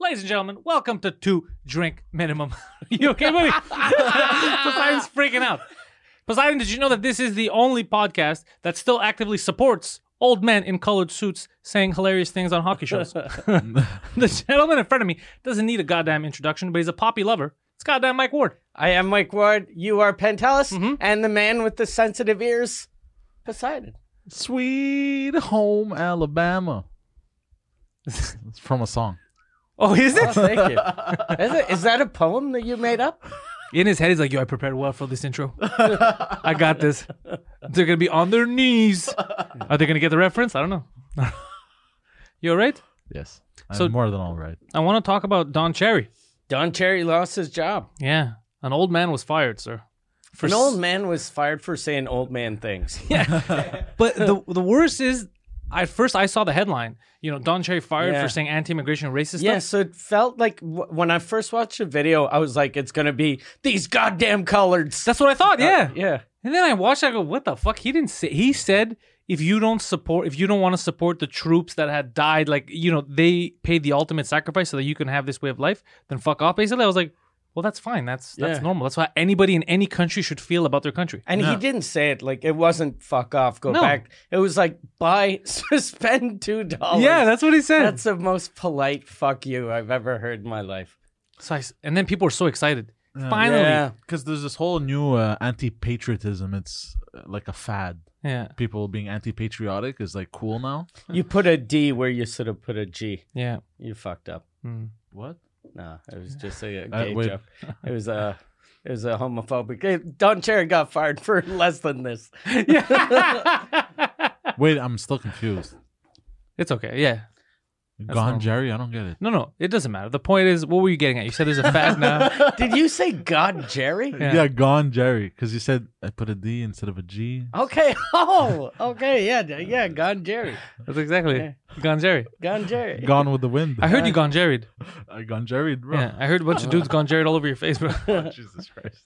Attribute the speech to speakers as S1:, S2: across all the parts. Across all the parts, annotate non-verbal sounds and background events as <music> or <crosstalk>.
S1: Ladies and gentlemen, welcome to Two Drink Minimum. <laughs> you okay, buddy? Poseidon's freaking out. Poseidon, did you know that this is the only podcast that still actively supports old men in colored suits saying hilarious things on hockey shows? <laughs> the gentleman in front of me doesn't need a goddamn introduction, but he's a poppy lover. It's goddamn Mike Ward.
S2: I am Mike Ward. You are Pentelis,
S1: Mm-hmm.
S2: and the man with the sensitive ears, Poseidon.
S3: Sweet Home Alabama. it's from a song.
S1: Oh, is it?
S2: Thank you. Is, it, is that a poem that you made up?
S1: <laughs> In his head, he's like, yo, I prepared well for this intro. I got this. They're going to be on their <laughs> knees. Are they going to get the reference? I don't know. <laughs> you all right?
S3: Yes.
S1: So-
S3: I'm more than all right.
S1: I want to talk about Don Cherry.
S2: Don Cherry lost his job.
S1: Yeah. An old man was fired, sir. For
S2: An
S1: s-
S2: old man was fired for saying old
S1: <laughs>
S2: man things.
S1: But
S2: <laughs>
S1: the, the worst is, at first I saw the headline. You know, Don Cherry fired
S2: Yeah.
S1: for saying anti immigration racist
S2: Yeah,
S1: stuff.
S2: so it felt like w- when I first watched the video, I was like, it's going to be these goddamn coloreds.
S1: That's what I thought. Yeah.
S2: Uh, Yeah.
S1: And then I watched, I go, what the fuck? He didn't say, he said, if you don't support, if you don't want to support the troops that had died, like, you know, they paid the ultimate sacrifice so that you can have this way of life, then fuck off. Basically, I was like, well, that's fine. That's that's
S2: Yeah.
S1: normal. That's how anybody in any country should feel about their country.
S2: And he didn't say it like it wasn't fuck off, go
S1: No.
S2: back. It was like buy, <laughs> spend $2.
S1: yeah, that's what he said.
S2: That's the most polite fuck you I've ever heard in my life.
S1: So I s and then people were so excited.
S3: Oh,
S1: Finally. Yeah.
S2: Yeah.
S3: Because there's this whole new uh, anti patriotism. It's uh, like a fad.
S1: yeah.
S3: People being anti patriotic is like cool now.
S2: You put a D where you should have put a G.
S1: Yeah. Hmm.
S2: You fucked up.
S3: What?
S2: No, it was
S1: <laughs>
S2: just a
S3: Uh,
S2: gay
S3: wait.
S2: joke. It was a it was a homophobic. eh, Don Cherry got fired for <laughs> less than this.
S3: <laughs> Wait, I'm still confused.
S1: It's okay. Yeah.
S3: Gone Jerry? I don't get it.
S1: No, no, it doesn't matter. The point is, what were you getting at? You said there's a fad now.
S2: Did you say God Jerry?
S1: Yeah.
S3: Yeah, Gone Jerry. Because you said I put a D instead of a G.
S2: Okay. <laughs> Oh, okay. Yeah, d- yeah. Gone Jerry.
S1: That's exactly it. Gone Jerry.
S2: Gone Jerry.
S3: Gone with the wind.
S1: I heard you gone Jerry'd.
S3: <laughs> I gone Jerry, bro.
S1: Yeah, I heard a bunch of dudes gone Jerry'd all over your face, bro.
S3: <laughs> Jesus Christ.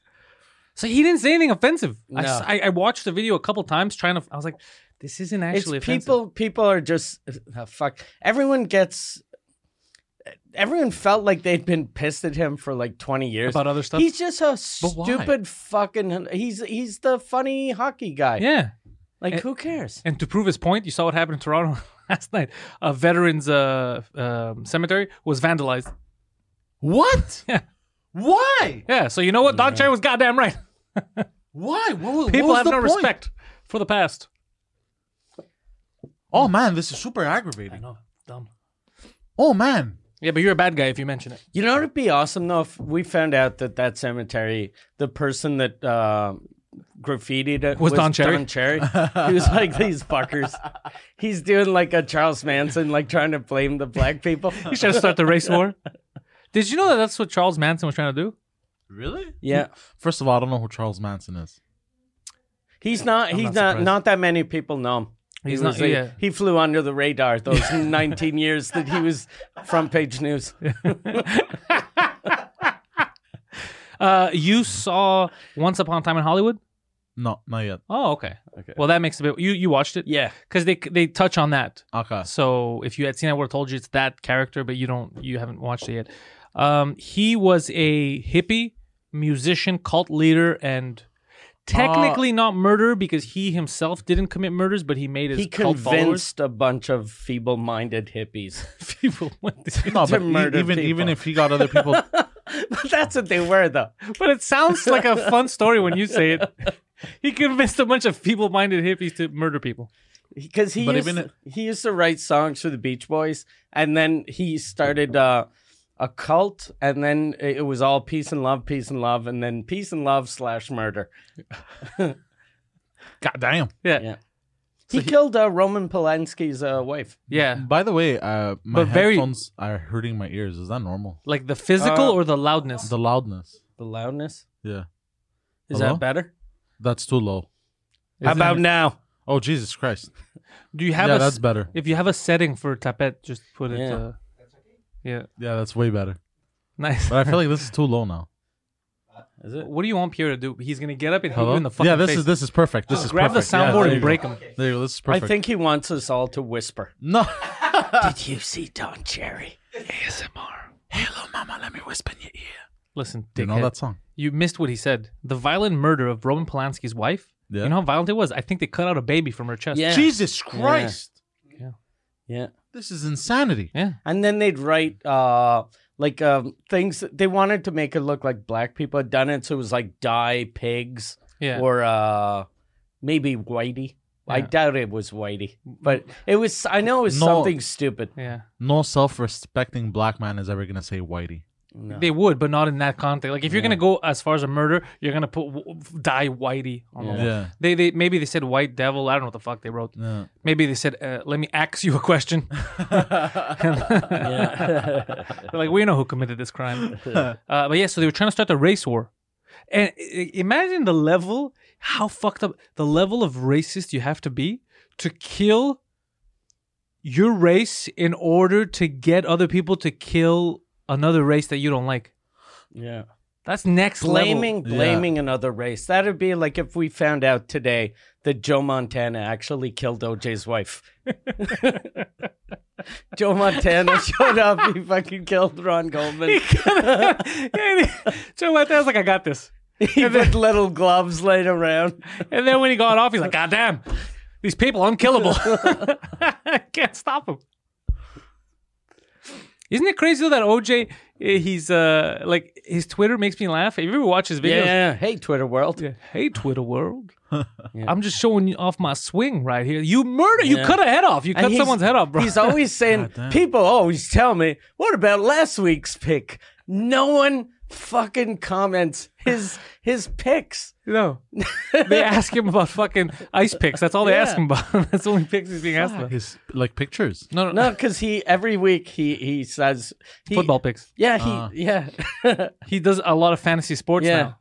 S1: So he didn't say anything offensive. I, s-
S2: No.
S1: I- I watched the video a couple times trying to. I was like, this isn't
S2: It's
S1: actually offensive.
S2: people. People are just uh, fuck. Everyone gets. Everyone felt like they'd been pissed at him for like twenty years
S1: about other stuff.
S2: He's just a
S3: But why?
S2: stupid fucking. He's he's the funny hockey guy.
S1: yeah.
S2: Like
S1: And-
S2: who cares?
S1: And to prove his point, you saw what happened in Toronto <laughs> last night. A veterans uh, um, cemetery was vandalized.
S3: What?
S1: <laughs> Yeah.
S3: Why?
S1: Yeah, so you know what? Don Cherry was goddamn right.
S3: Why? What was,
S1: People
S3: what was
S1: have
S3: the
S1: no
S3: point?
S1: respect for the past.
S3: Oh, man, this is super aggravating.
S1: Mm. know. Dumb.
S3: Oh, man.
S1: Yeah, but you're a bad guy if you mention it.
S2: You know it'd be awesome though if we found out that that cemetery, the person that um graffitied it
S1: Was Don Cherry?
S2: Don Cherry. he was like
S1: <laughs>
S2: these fuckers. He's doing like a Charles Manson, like trying to blame the black
S1: <laughs>
S2: people.
S1: You should start the race war. Did you know that that's what Charles Manson was trying to do?
S3: Really?
S2: Yeah,
S3: First of all, I don't know who Charles Manson is.
S2: he's not. he's
S1: not
S2: not.
S1: surprised.
S2: Not, that many people know him. He
S1: He's
S2: was
S1: not-
S2: a-
S1: yeah.
S2: He flew under
S1: <laughs>
S2: the radar those 19 years that he was front page news.
S1: Uh, you saw Once Upon a Time in Hollywood.
S3: No, not yet.
S1: Oh, okay.
S2: Okay.
S1: Well, that makes a bit. You you watched it?
S2: Yeah.
S1: Because they they touch on that. <laughs>
S3: Okay.
S1: So if you had seen, it, I would have told you it's that character, but you don't. You haven't watched it yet. Um, he was a hippie musician, cult leader, and technically not murderer because he himself didn't commit murders, but he made his
S2: he
S1: cult followers.
S2: convinced a bunch of feeble-minded hippies. <laughs>
S1: <laughs> people.
S3: No,
S2: to
S3: but e-
S2: murder
S3: even even
S2: people.
S3: if he got other people,
S1: <laughs>
S2: But That's what they were, though.
S1: But it sounds like a fun story when you say it. He convinced a bunch of feeble-minded hippies to murder people.
S2: Because he
S3: But
S2: used,
S3: even-
S2: he used to write songs for the Beach Boys, and then he started uh, a cult, and then it was all peace and love, peace and love, and then peace and love slash murder.
S3: God damn.
S1: Yeah.
S2: Yeah. he, killed uh, Roman Polanski's uh, wife.
S1: Yeah.
S3: By the way, uh, my
S1: But very-
S3: headphones are hurting my ears. Is that normal?
S1: Like the physical
S2: Uh,
S1: or the loudness?
S3: The loudness.
S2: The loudness
S3: Yeah.
S2: is
S3: Hello?
S2: that better?
S3: That's too low.
S2: How
S1: Isn't
S2: about
S1: it-
S2: now?
S3: Oh, Jesus Christ.
S1: <laughs> Do you have
S3: yeah,
S1: a
S3: that's
S1: s-
S3: better.
S1: if you have a setting for tapet, just put it.
S2: Yeah.
S1: Uh, yeah, <laughs>
S3: Yeah, that's way better.
S1: nice.
S3: But I feel like this is too low now.
S2: Is it?
S1: what do you want Pierre to do? He's gonna get up and hit
S3: Hello?
S1: you in the fucking
S3: yeah, this
S1: face.
S3: is this is perfect. This is
S1: Grab the
S3: perfect. Yeah,
S1: soundboard
S3: there you
S1: and
S3: go.
S1: break him.
S3: There you go. This is
S2: I
S3: perfect.
S2: think he wants us all to whisper.
S1: <laughs>
S3: no.
S2: Did you see Don Cherry?
S3: Hello, mama. Let me whisper in your ear.
S1: Listen, dickhead.
S3: Do you know that song?
S1: You missed what he said. The violent murder of Roman Polanski's wife.
S3: Yeah.
S1: You know how violent it was? I think they cut out a baby from her chest.
S2: Yeah.
S3: Jesus Christ.
S2: <laughs> Yeah.
S3: This is insanity.
S1: Yeah.
S2: And then they'd write uh like um things they wanted to make it look like black people had done it, so it was like dye pigs
S1: Yeah.
S2: or uh maybe whitey. I
S1: Yeah. Mm,
S2: doubt it was whitey, but it was. I know it was
S3: No.
S2: something
S3: <laughs>
S2: stupid. <laughs>
S1: yeah.
S3: No self-respecting black man is ever gonna say whitey.
S2: No.
S1: They would, but not in that context. Like if you're gonna go as far as a murder, you're gonna put w- die whitey on the
S3: Yeah.
S1: wall. They they maybe they said white devil. I don't know what the fuck they wrote.
S3: Yeah.
S1: Maybe they said, uh, "Let me ask you a question." <laughs> They're like we know who committed this crime, uh, but yeah. So they were trying to start the race war, and i- i- imagine the level, how fucked up the level of racist you have to be to kill your race in order to get other people to kill another race that you don't like.
S2: yeah,
S1: That's next level.
S2: blaming
S3: Yeah.
S2: blaming another race. That'd be like if we found out today that Joe Montana actually killed OJ's
S1: <laughs>
S2: wife. <laughs> Joe Montana showed up. He fucking killed Ron Goldman.
S1: Yeah, <laughs> Joe Montana's like, I got this.
S2: he put little gloves laid around.
S1: And then when he got off, he's like, God damn, these people
S2: <laughs>
S1: unkillable. <laughs> I can't stop them. Isn't it crazy though that OJ, eh, he's uh like his Twitter makes me laugh. Have you ever watched his videos?
S2: Hey, Twitter world.
S1: Yeah. Hey Twitter
S2: <laughs>
S1: world, I'm just showing you off my swing right here. You murder, you cut a head off, you
S2: And
S1: cut
S2: he's-
S1: someone's head off, bro.
S2: He's always saying, people always tell me, what about last week's pick? No one fucking comments his his picks.
S1: <laughs>
S2: <laughs>
S1: no, they ask him about fucking ice picks. That's all they
S2: Yeah.
S1: ask him about. <laughs> That's the only picks he's being asked about.
S3: His like pictures.
S1: No, no,
S2: No, because he every week he he says he,
S1: football Ah. picks.
S2: Yeah,
S1: <laughs>
S2: he yeah.
S1: He does a lot of fantasy sports
S2: Yeah.
S1: now.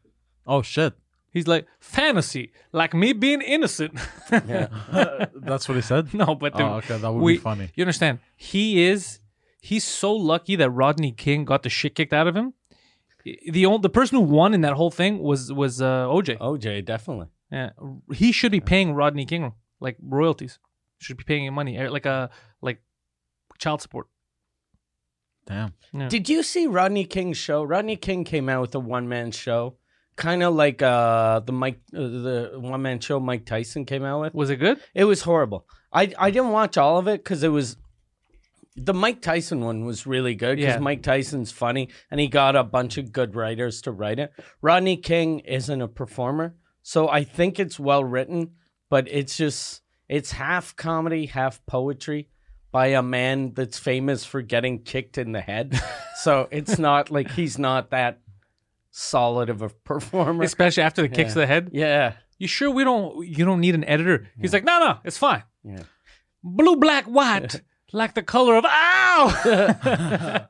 S1: <laughs>
S3: Oh shit.
S1: He's like fantasy, like me being
S3: <laughs>
S1: innocent.
S3: Uh, That's what he
S1: <laughs>
S3: said.
S1: no, but the-
S3: Oh, okay, that would be
S1: we-
S3: funny.
S1: You understand? He is. He's so lucky that Rodney King got the shit kicked out of him. The only, the person who won in that whole thing was was uh, OJ.
S3: Oh.
S2: OJ definitely.
S1: Yeah. He should be paying Rodney King like royalties. Should be paying him money eh, like a like child support.
S3: Damn.
S2: Did you see Rodney King's show? Rodney King came out with a one man show, kind of like uh the Mike uh, the one man show Mike Tyson came out with.
S1: Was it good?
S2: It was horrible. I I didn't watch all of it because it was the Mike Tyson one was really good because
S1: Yeah.
S2: Mike Tyson's funny and he got a bunch of good writers to write it. Rodney King isn't a performer, so I think it's well written, but it's just it's half comedy, half poetry by a man that's famous for getting kicked in the head. so it's not like he's not that solid of a performer.
S1: Especially after the kicks to the head.
S2: yeah.
S1: You sure we don't? You don't need an editor. He's like, no, no, it's fine.
S2: Yeah.
S1: Blue, black, white, like the color of ow.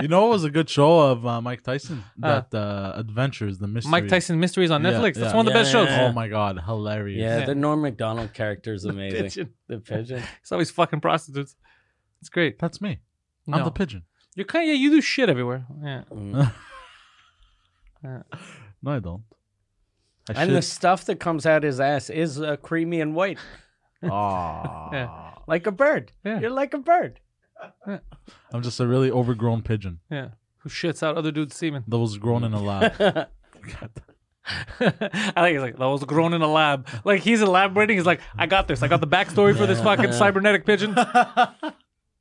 S3: You know what was a good show of uh, Mike Tyson? That uh, Adventures, the mystery.
S1: Mike Tyson Mysteries on
S3: Yeah,
S1: Netflix. That's
S3: yeah.
S1: one of the
S2: Yeah,
S1: best
S2: yeah,
S1: shows.
S3: Oh my god, hilarious.
S2: Yeah,
S1: Yeah.
S2: the Norm Macdonald character is
S3: <laughs>
S2: amazing.
S1: pigeon.
S2: The pigeon.
S1: It's always fucking prostitutes. It's great.
S3: That's me.
S1: No.
S3: I'm the pigeon.
S1: You're kind of, yeah, you do shit everywhere. Yeah.
S3: No, I don't. I
S2: And the stuff that comes out his ass is uh, creamy and white,
S3: should. Aw.
S1: Yeah.
S2: like a bird.
S1: Yeah.
S2: You're like a bird.
S3: I'm just a really overgrown pigeon
S1: Yeah. Who shits out other dude's semen? <laughs>
S3: that was grown in a
S2: <laughs>
S3: lab.
S1: I think he's like, that was grown in a lab. Like, he's elaborating. He's like, I got this. I got the backstory for this fucking cybernetic pigeon. <laughs>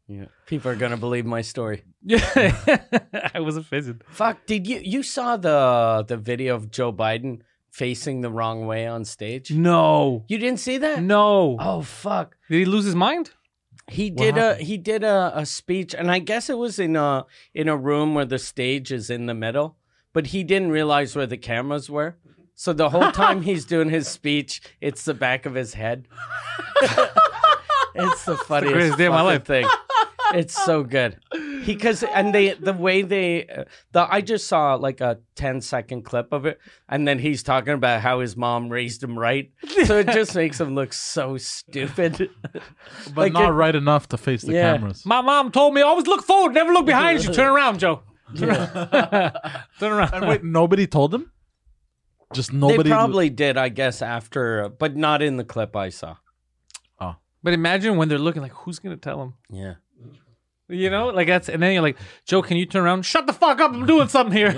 S2: Yeah. People are gonna believe my story.
S1: yeah. I was a fizzing.
S2: Fuck, did you you saw the the video of Joe Biden facing the wrong way on stage?
S1: No.
S2: You didn't see that?
S1: No.
S2: Oh fuck.
S1: Did he lose his mind?
S2: He
S3: What
S2: did a
S3: happened?
S2: he did a, a speech, and I guess it was in a in a room where the stage is in the middle, but he didn't realize where the cameras were. So the whole time he's doing
S1: <laughs>
S2: his speech, it's the back of his head. it's the funniest
S1: greatest day of my
S2: fucking
S1: life.
S2: thing. It's so good. He cuz and they the way they uh, the I just saw like a 10 second clip of it and then he's talking about how his mom raised him right. So it just makes him look so
S1: <laughs>
S2: stupid.
S3: but
S2: like
S3: not
S2: it-
S3: right enough to face the
S2: Yeah.
S3: cameras.
S1: My mom told me always look forward, never look behind <laughs> you. Turn around, Joe. <laughs> Turn around.
S3: and wait, nobody told him. Just nobody.
S2: They probably did, I guess, after, but not in the clip I saw.
S1: But imagine when they're looking like, who's gonna tell him?
S2: Yeah.
S1: You know, like that's, and then you're like, Joe, can you turn around? Shut the fuck up! I'm doing something here.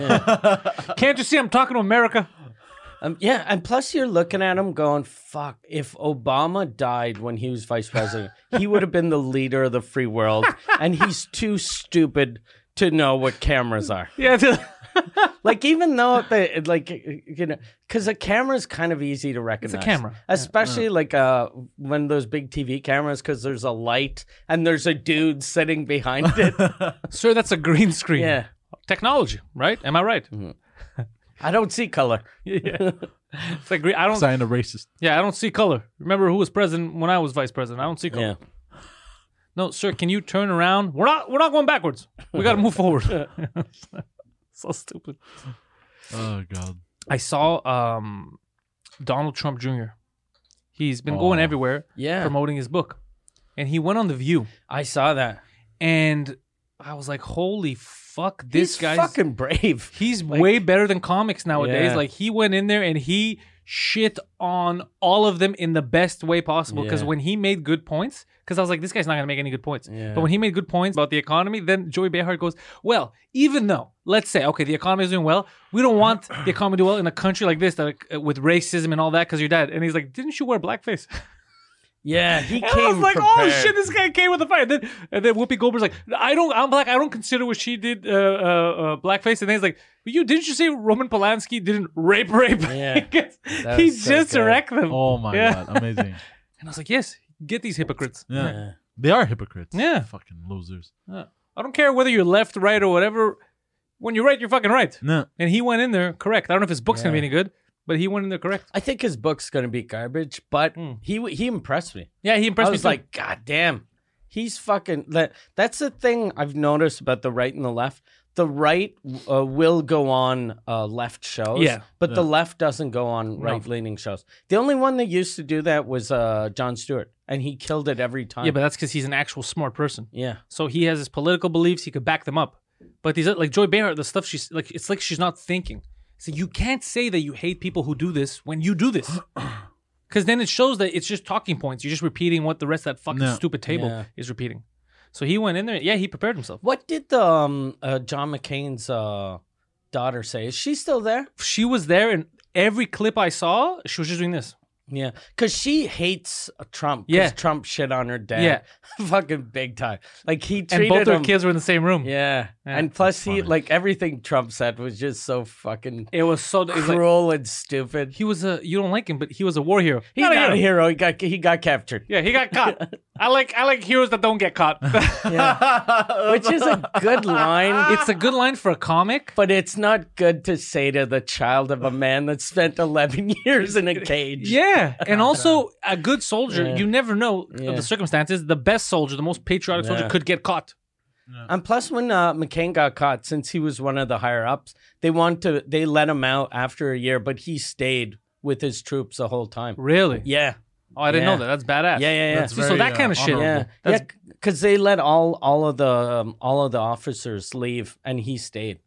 S1: <laughs> Can't you see I'm talking to America?
S2: Um, yeah, and plus you're looking at him going, fuck, if Obama died when he was vice president,
S1: <laughs>
S2: he would have been the leader of the free world, and he's too stupid to know what cameras are.
S1: Yeah. it's-
S2: Like, even though, they, like, you know, because a camera's kind of easy to recognize.
S1: camera.
S2: Especially, like, uh, when those big TV cameras, because there's a light and there's a dude sitting behind
S1: <laughs>
S2: it.
S1: <laughs> Sir, that's a green screen. Mm-hmm.
S2: yeah.
S1: Technology, right? Am I right?
S2: I don't see color.
S1: <laughs> Yeah. It's like green. I don't.
S3: Sign a racist.
S1: Yeah, I don't see color. Remember who was president when I was vice president? I don't see color.
S2: Yeah.
S1: No, sir, can you turn around? We're not. We're not going backwards. We got to move <laughs> forward. so stupid.
S3: Oh god.
S1: I saw um, Donald Trump Jr. He's been going
S3: Oh.
S1: everywhere
S2: Yeah.
S1: promoting his book, and he went on the View,
S2: I saw that.
S1: and I was like, "Holy fuck, this
S2: He's
S1: guy's
S2: fucking brave.
S1: he's way better than comics nowadays."
S2: Yeah.
S1: Like he went in there and he shit on all of them in the best way possible. Because
S2: Yeah.
S1: when he made good points, because I was like, "This guy's not gonna make any good points,"
S2: Yeah.
S1: but when he made good points about the economy, then Joey Behar goes, "Well, even though." Let's say, okay, the economy is doing well. We don't want the economy to do well in a country like this that, uh, with racism and all that because you're dead. And he's like, Didn't you wear blackface?
S2: Yeah, he
S1: <laughs> And
S2: came
S1: I was like,
S2: prepared.
S1: "Oh shit, this guy came with a fire." And then, and then Whoopi Goldberg's like, "I don't, I'm black. I don't consider what she did uh, uh, uh, blackface." And then he's like, "You didn't you say Roman Polanski didn't rape rape?"
S2: Yeah.
S1: Because
S2: <laughs> That
S1: he
S2: was so
S1: just
S2: good.
S1: wrecked them.
S3: Oh my
S1: Yeah.
S3: god. Amazing.
S1: And I was like, "Yes, get these hypocrites.
S3: Yeah.
S2: Yeah.
S3: They are hypocrites.
S1: Yeah.
S3: Fucking losers.
S1: I don't care whether you're left, right, or whatever. When you're right, you're fucking right."
S3: No.
S1: And he went in there correct. I don't know if his book's gonna be
S2: Yeah.
S1: any good, but he went in there correct.
S2: I think his book's gonna be garbage, but
S1: Mm.
S2: he he impressed me.
S1: Yeah, he impressed
S2: I
S1: me.
S2: was
S1: too.
S2: like, God damn, he's fucking. That, that's the thing I've noticed about the right and the left. The right uh, will go on uh, left shows,
S1: Yeah.
S2: but the left doesn't go on right leaning shows. The only one that used to do that was uh, John Stewart, and he killed it every time.
S1: "Yeah, but that's because he's an actual smart person."
S2: yeah,
S1: So he has his political beliefs. He could back them up. But these, like Joy Behar, the stuff she's like, it's like she's not thinking. So you can't say that you hate people who do this when you do this, because then it shows that it's just talking points. You're just repeating what the rest of that fucking
S3: No.
S1: stupid table
S2: Yeah.
S1: is repeating. So he went in there. Yeah, he prepared himself.
S2: what did the um, uh, John McCain's uh, daughter say? Is she still there?
S1: She was there, and every clip I saw, she was just doing this.
S2: Yeah, because she hates uh, Trump. 'cause
S1: Yeah.
S2: Trump shit on her dad.
S1: Yeah.
S2: <laughs> fucking big time. Like he
S1: And
S2: treated
S1: both her
S2: him-
S1: kids were in the same room.
S2: Yeah.
S1: Yeah.
S2: and plus he like everything Trump said was just so fucking
S1: It was so. It was like,
S2: cruel and stupid.
S1: he was a. You don't like him, but he was a war hero.
S2: He's not a hero. He got he got captured,
S1: Yeah, he got <laughs> caught. I like I like heroes that don't get caught.
S2: which is a
S1: <laughs>
S2: good line.
S1: it's a good line for a comic.
S2: But it's not good to say to the child of a man that spent 11 years in a cage.
S1: Yeah, and also a good soldier.
S2: Yeah.
S1: You never know uh,
S2: Yeah.
S1: the circumstances. The best soldier, the most patriotic soldier,
S2: Yeah.
S1: could get caught.
S2: And plus, when uh, McCain got caught, since he was one of the higher ups, they want to they let him out after a year, but he stayed with his troops the whole time.
S1: Really?
S2: Yeah,
S1: Oh, I didn't
S2: Yeah.
S1: know that. That's badass.
S2: Yeah, yeah, yeah.
S3: That's
S1: See, so
S3: very,
S1: that
S3: uh,
S1: kind of shit.
S3: honorable.
S2: yeah, yeah.
S1: That's-
S2: Because they let all all of the um, all of the officers leave, and he stayed.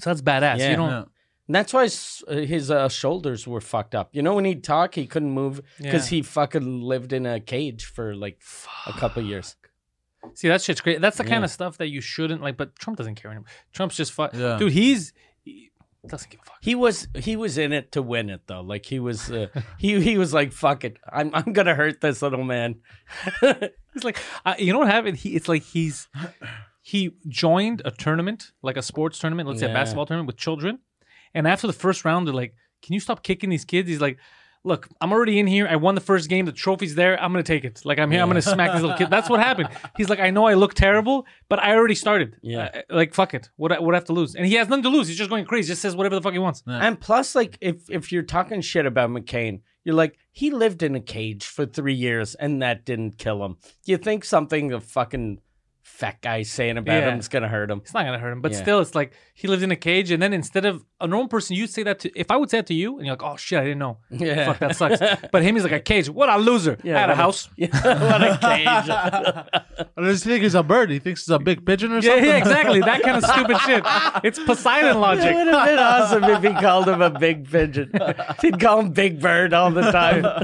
S1: So that's badass.
S2: Yeah.
S1: You don't.
S3: Yeah.
S2: And that's why s- uh, his uh, shoulders were fucked up. You know, when he'd talk, he couldn't move because
S1: Yeah.
S2: he fucking lived in a cage for like a couple years.
S1: See, that shit's great. That's the kind
S2: Yeah.
S1: of stuff that you shouldn't like. But Trump doesn't care anymore. Trump's just fuck.
S3: Yeah.
S1: Dude, he's he doesn't give a fuck.
S2: He was he was in it to win it though. Like he was uh, he he was like fuck it, I'm I'm gonna hurt this little man.
S1: He's like, uh, you know what happened? He, it's like he's he joined a tournament, like a sports tournament, let's say a
S2: Yeah.
S1: basketball tournament with children. And after the first round, they're like, "Can you stop kicking these kids?" He's like, look, I'm already in here. I won the first game. The trophy's there. I'm gonna take it. Like I'm here. I'm gonna smack this little kid. That's what happened. He's like, I know I look terrible, but I already started.
S2: Yeah.
S1: Uh, like fuck it. What I- what I have to lose? And he has nothing to lose. He's just going crazy. Just says whatever the fuck he wants.
S2: And plus, like, if if you're talking shit about McCain, you're like, he lived in a cage for three years, and that didn't kill him. You think something the fucking fat guy saying about
S1: Yeah.
S2: him is gonna hurt him?
S1: It's not gonna hurt him, but
S2: Yeah.
S1: still, it's like he lives in a cage. And then instead of a normal person, you say that to. If I would say that to you, and you're like, "Oh shit, I didn't <laughs> know.
S2: Yeah.
S1: Fuck, that sucks." but him, he's like a cage. What a loser. Yeah, I had a
S2: what a-
S1: house.
S2: Yeah, <laughs> what a cage.
S3: I just think he's a bird. He thinks he's a big pigeon
S1: <laughs>
S3: or
S1: Yeah,
S3: something.
S1: yeah, exactly. That kind of stupid shit. It's Poseidon
S2: It
S1: logic.
S2: would have been awesome if he called him a big pigeon. He'd call him Big Bird all the time.
S1: <laughs>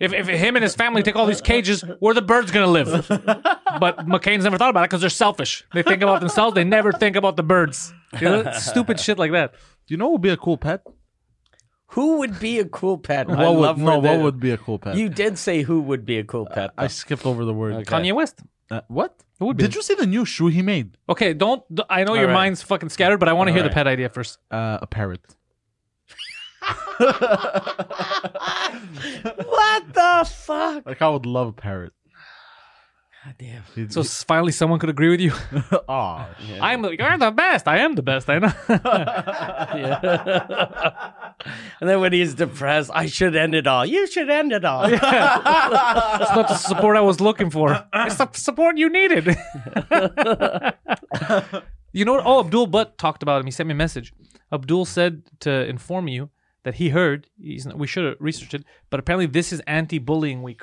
S1: If, if him and his family take all these cages, where the birds gonna live? <laughs> But McCain's never thought about it because they're selfish. They think about themselves. They never think about the birds. You <laughs> know, stupid shit like that.
S3: Do you know what would be a cool pet?
S2: Who would be a cool pet? I
S3: What would
S2: love where
S3: no? What
S2: the-
S3: would be a cool pet?
S2: You did say who would be a cool pet.
S3: I
S2: though.
S3: skipped over the word.
S1: Kanye West.
S3: Uh, what?
S1: It would be.
S3: Did you see the new shoe he made?
S1: Okay, don't. I know your
S2: right.
S1: mind's fucking scattered, but I want to hear the pet idea first.
S3: Uh, a parrot.
S2: what the fuck?
S3: Like I would love a parrot.
S2: Damn.
S1: So s- finally, someone could agree with you.
S2: <laughs>
S3: Aw,
S1: <laughs> I'm like, you're the best. I am the best. I know. <laughs>
S2: And then when he's depressed, I should end it all. You should end it <laughs> all.
S1: it's not the support I was looking for. <laughs> It's the support you needed. <laughs> you know what? Oh, Abdul Butt talked about him. He sent me a message. Abdul said to inform you that he heard. He's not, we should have researched it, but apparently this is anti-bullying week.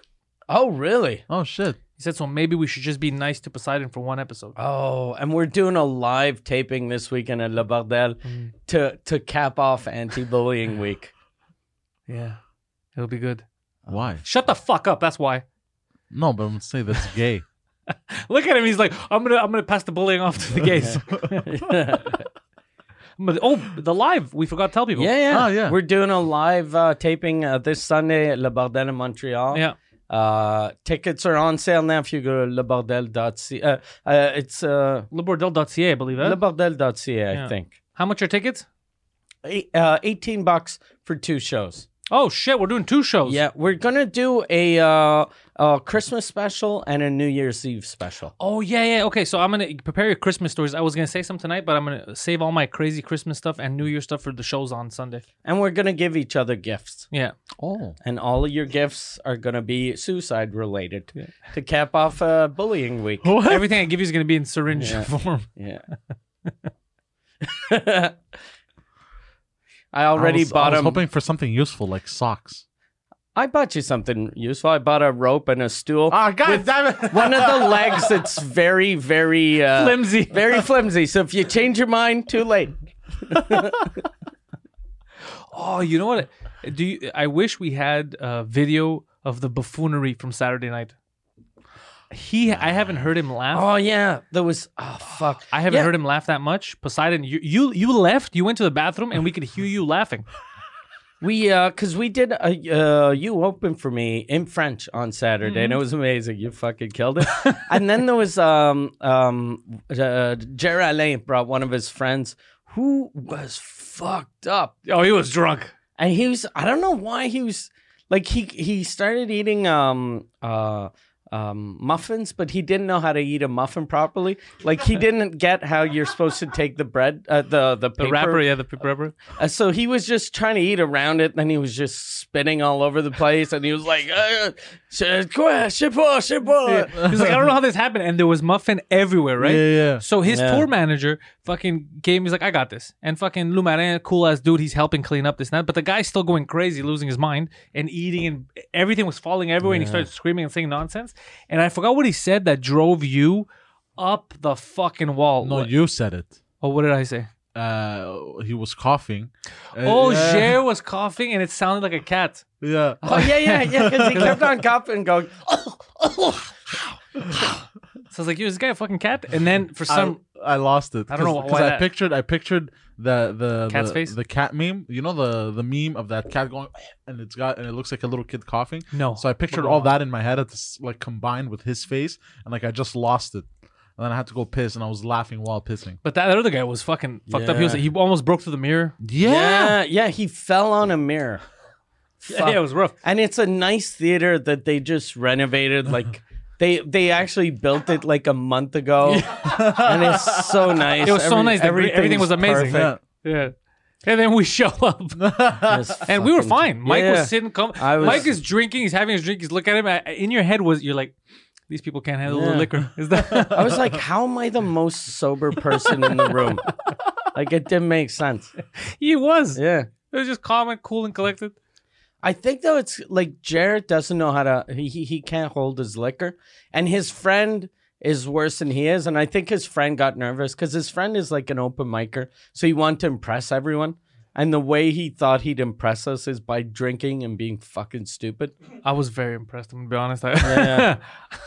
S2: Oh, really?
S3: oh shit!
S1: He said so. Maybe we should just be nice to Poseidon for one episode.
S2: Oh, and we're doing a live taping this weekend at Le Bordel to to cap off anti-bullying week.
S1: Yeah, it'll be good.
S3: Why?
S1: Shut the fuck up. That's why.
S3: No, but I'm gonna say that's gay.
S1: Look at him. He's like, I'm gonna, I'm gonna pass the bullying off <laughs> to the gays. But- oh, the live. We forgot to tell people.
S2: Yeah, yeah.
S3: Oh, yeah.
S2: We're doing a live uh, taping uh, this Sunday at Le Bordel in Montreal.
S1: Yeah.
S2: Uh, tickets are on sale now if you go to lebordel.ca. Uh, uh, it's uh,
S1: Libordel.ca, I believe. Eh?
S2: lebordel.ca,
S1: Yeah.
S2: I think.
S1: How much are tickets?
S2: Eight, uh, 18 bucks for two shows.
S1: Oh shit, we're doing two shows.
S2: Yeah, we're going to do a, uh, a Christmas special and a New Year's Eve special.
S1: Oh yeah, yeah. Okay, so I'm gonna prepare your Christmas stories. I was gonna say some tonight, but I'm gonna save all my crazy Christmas stuff and New Year stuff for the shows on Sunday.
S2: And we're going to give each other gifts.
S1: Yeah.
S3: <laughs> Oh,
S2: And all of your gifts are going to be suicide related to cap off uh, bullying week.
S1: Everything I give you is gonna be in syringe <laughs> form.
S2: Yeah. <laughs> I already
S3: I was,
S2: bought
S3: I
S2: I
S3: was hoping for something useful like socks.
S2: I bought you something useful. I bought a rope and a stool.
S3: Ah, god damn
S2: <laughs>
S3: it!
S2: One of the legs that's very, very uh,
S1: Flimsy.
S2: Very flimsy. So if you change your mind, too late.
S1: Oh, you know what? Do you, I wish we had a video of the buffoonery from Saturday night. He, I haven't heard him laugh.
S2: Oh yeah, there was. Oh fuck.
S1: I haven't
S2: Yeah.
S1: heard him laugh that much. Poseidon, you, you you left. You went to the bathroom, and we could hear you laughing.
S2: We uh, cause we did a uh, you opened for me in French on Saturday, and it was amazing. You fucking killed it. and then there was um um uh, Jerry Alain brought one of his friends who was fucked up,
S1: <laughs> Oh, he was drunk.
S2: and he was I don't know why he was like he he started eating um uh. Um, muffins, but he didn't know how to eat a muffin properly. Like he didn't get how you're supposed to take the bread, uh, the
S1: The
S2: the, paper.
S1: rapper, yeah, the p- rapper.
S2: Uh, so he was just trying to eat around it, and he was just spitting all over the place, and he was like, uh, shit, quit, shit, boy, shit, boy.
S1: He's like, I don't know how this happened, and there was muffin everywhere, right?
S3: Yeah, yeah.
S1: So his
S2: Yeah.
S1: tour manager fucking gave him. He's like, I got this, and fucking Lumarin, cool ass dude, he's helping clean up this and that. But the guy's still going crazy, losing his mind and eating, and everything was falling everywhere, and he started screaming and saying nonsense. And I forgot what he said that drove you up the fucking wall.
S3: No,
S1: What-
S3: you said it.
S1: oh, what did I say?
S3: Uh, he was coughing. Uh,
S1: Oh,
S3: yeah,
S1: Cher was coughing and it sounded like a cat.
S3: Yeah.
S2: Oh, yeah, yeah, yeah, because he kept on coughing, going, oh, oh.
S1: So I was like, "Yo, is this guy a fucking cat?" And then for some,
S3: I, I lost it.
S1: I don't know why
S3: because I
S1: that-
S3: pictured I pictured the the
S1: Cat's
S3: the,
S1: face?
S3: the cat meme. You know the the meme of that cat going <sniffs> and it's got and it looks like a little kid coughing.
S1: No.
S3: So I pictured all that in my head at this like combined with his face and like I just lost it. And then I had to go piss and I was laughing while pissing.
S1: but that other guy was fucking fucked up. He was he almost broke through the mirror.
S3: Yeah.
S2: Yeah, yeah, he fell on a mirror.
S1: <laughs>
S2: fuck.
S1: Yeah, it was rough.
S2: and it's a nice theater that they just renovated. Like they they actually built it like a month ago, and it's so nice.
S1: It was so nice. that Everything, everything was amazing.
S3: perfect.
S1: Yeah. And then we show up, <laughs>
S2: <laughs>
S1: and we were fine. Mike
S2: Yeah.
S1: was sitting. Com-
S2: I was-
S1: Mike is drinking. He's having his drink. He's looking at him. I- In your head was you're like, these people can't handle the
S2: Yeah.
S1: liquor. Is
S2: <laughs>
S1: that?
S2: I was like, how am I the most sober person in the room? Like it didn't make sense.
S1: he was.
S2: Yeah.
S1: It was just calm and cool and collected.
S2: I think though it's like Jared doesn't know how to he he- he can't hold his liquor, and his friend is worse than he is, and I think his friend got nervous because his friend is like an open micer, so he wanted to impress everyone, and the way he thought he'd impress us is by drinking and being fucking stupid.
S1: I was very impressed. I'm gonna be honest. <laughs> I,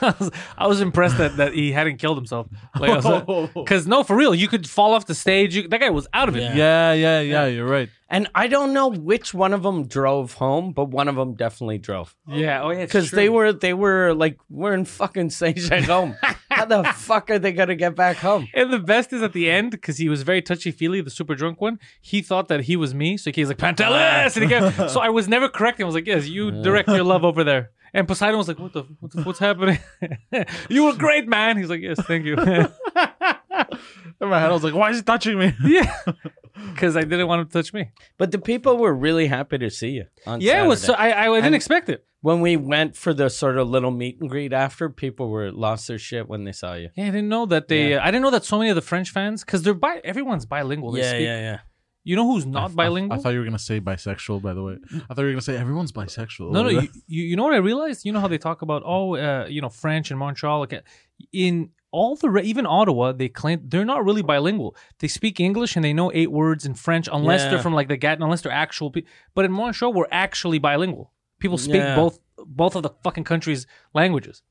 S1: I, was, I was impressed that, that he hadn't killed himself. Like,
S2: <laughs>
S1: because no, for real, you could fall off the stage. You, that guy was out of it.
S3: Yeah, yeah, yeah. You're right.
S2: And I don't know which one of them drove home, but one of them definitely drove
S1: Yeah. Oh yeah. it's
S2: because they
S1: true.
S2: were they were like we're in fucking Saint
S1: <laughs>
S2: home. how the fuck are they gonna get back home?
S1: And the best is at the end because he was very touchy feely, the super drunk one. He thought that he was me, so he was like Pantelis, and he kept, so I was never correcting. I was like, "Yes, you direct your love over there." And Poseidon was like, "What the? What the what's happening? <laughs> you were great, man." He's like, "Yes, thank you." <laughs>
S3: In my head, I was like, why is he touching <laughs> me?
S1: yeah, because I didn't want him to touch me.
S2: But the people were really happy to see you. On
S1: Yeah, it was. So
S2: Saturday.
S1: I, I, I didn't expect it.
S2: when we went for the sort of little meet and greet after, people were lost their shit when they saw you.
S1: Yeah, I didn't know that they. uh, I didn't know that so many of the French fans, because they're bi- everyone's bilingual. They speak.
S2: yeah.
S1: You know who's not bilingual?
S3: I thought you were gonna say bisexual. By the way, I thought you were gonna say everyone's bisexual. <laughs>
S1: No, e-, no.
S3: Like
S2: <laughs>
S1: You, you you know what I realized? You know how they talk about oh, uh, you know French and Montreal. Like, uh, in all the re- even Ottawa, they claim they're not really bilingual. They speak English and they know eight words in French, unless they're
S2: Yeah.
S1: from like the Gatineau, unless they're actual. Pe- but in Montreal, we're actually bilingual. People speak
S2: Yeah.
S1: both both of the fucking country's languages.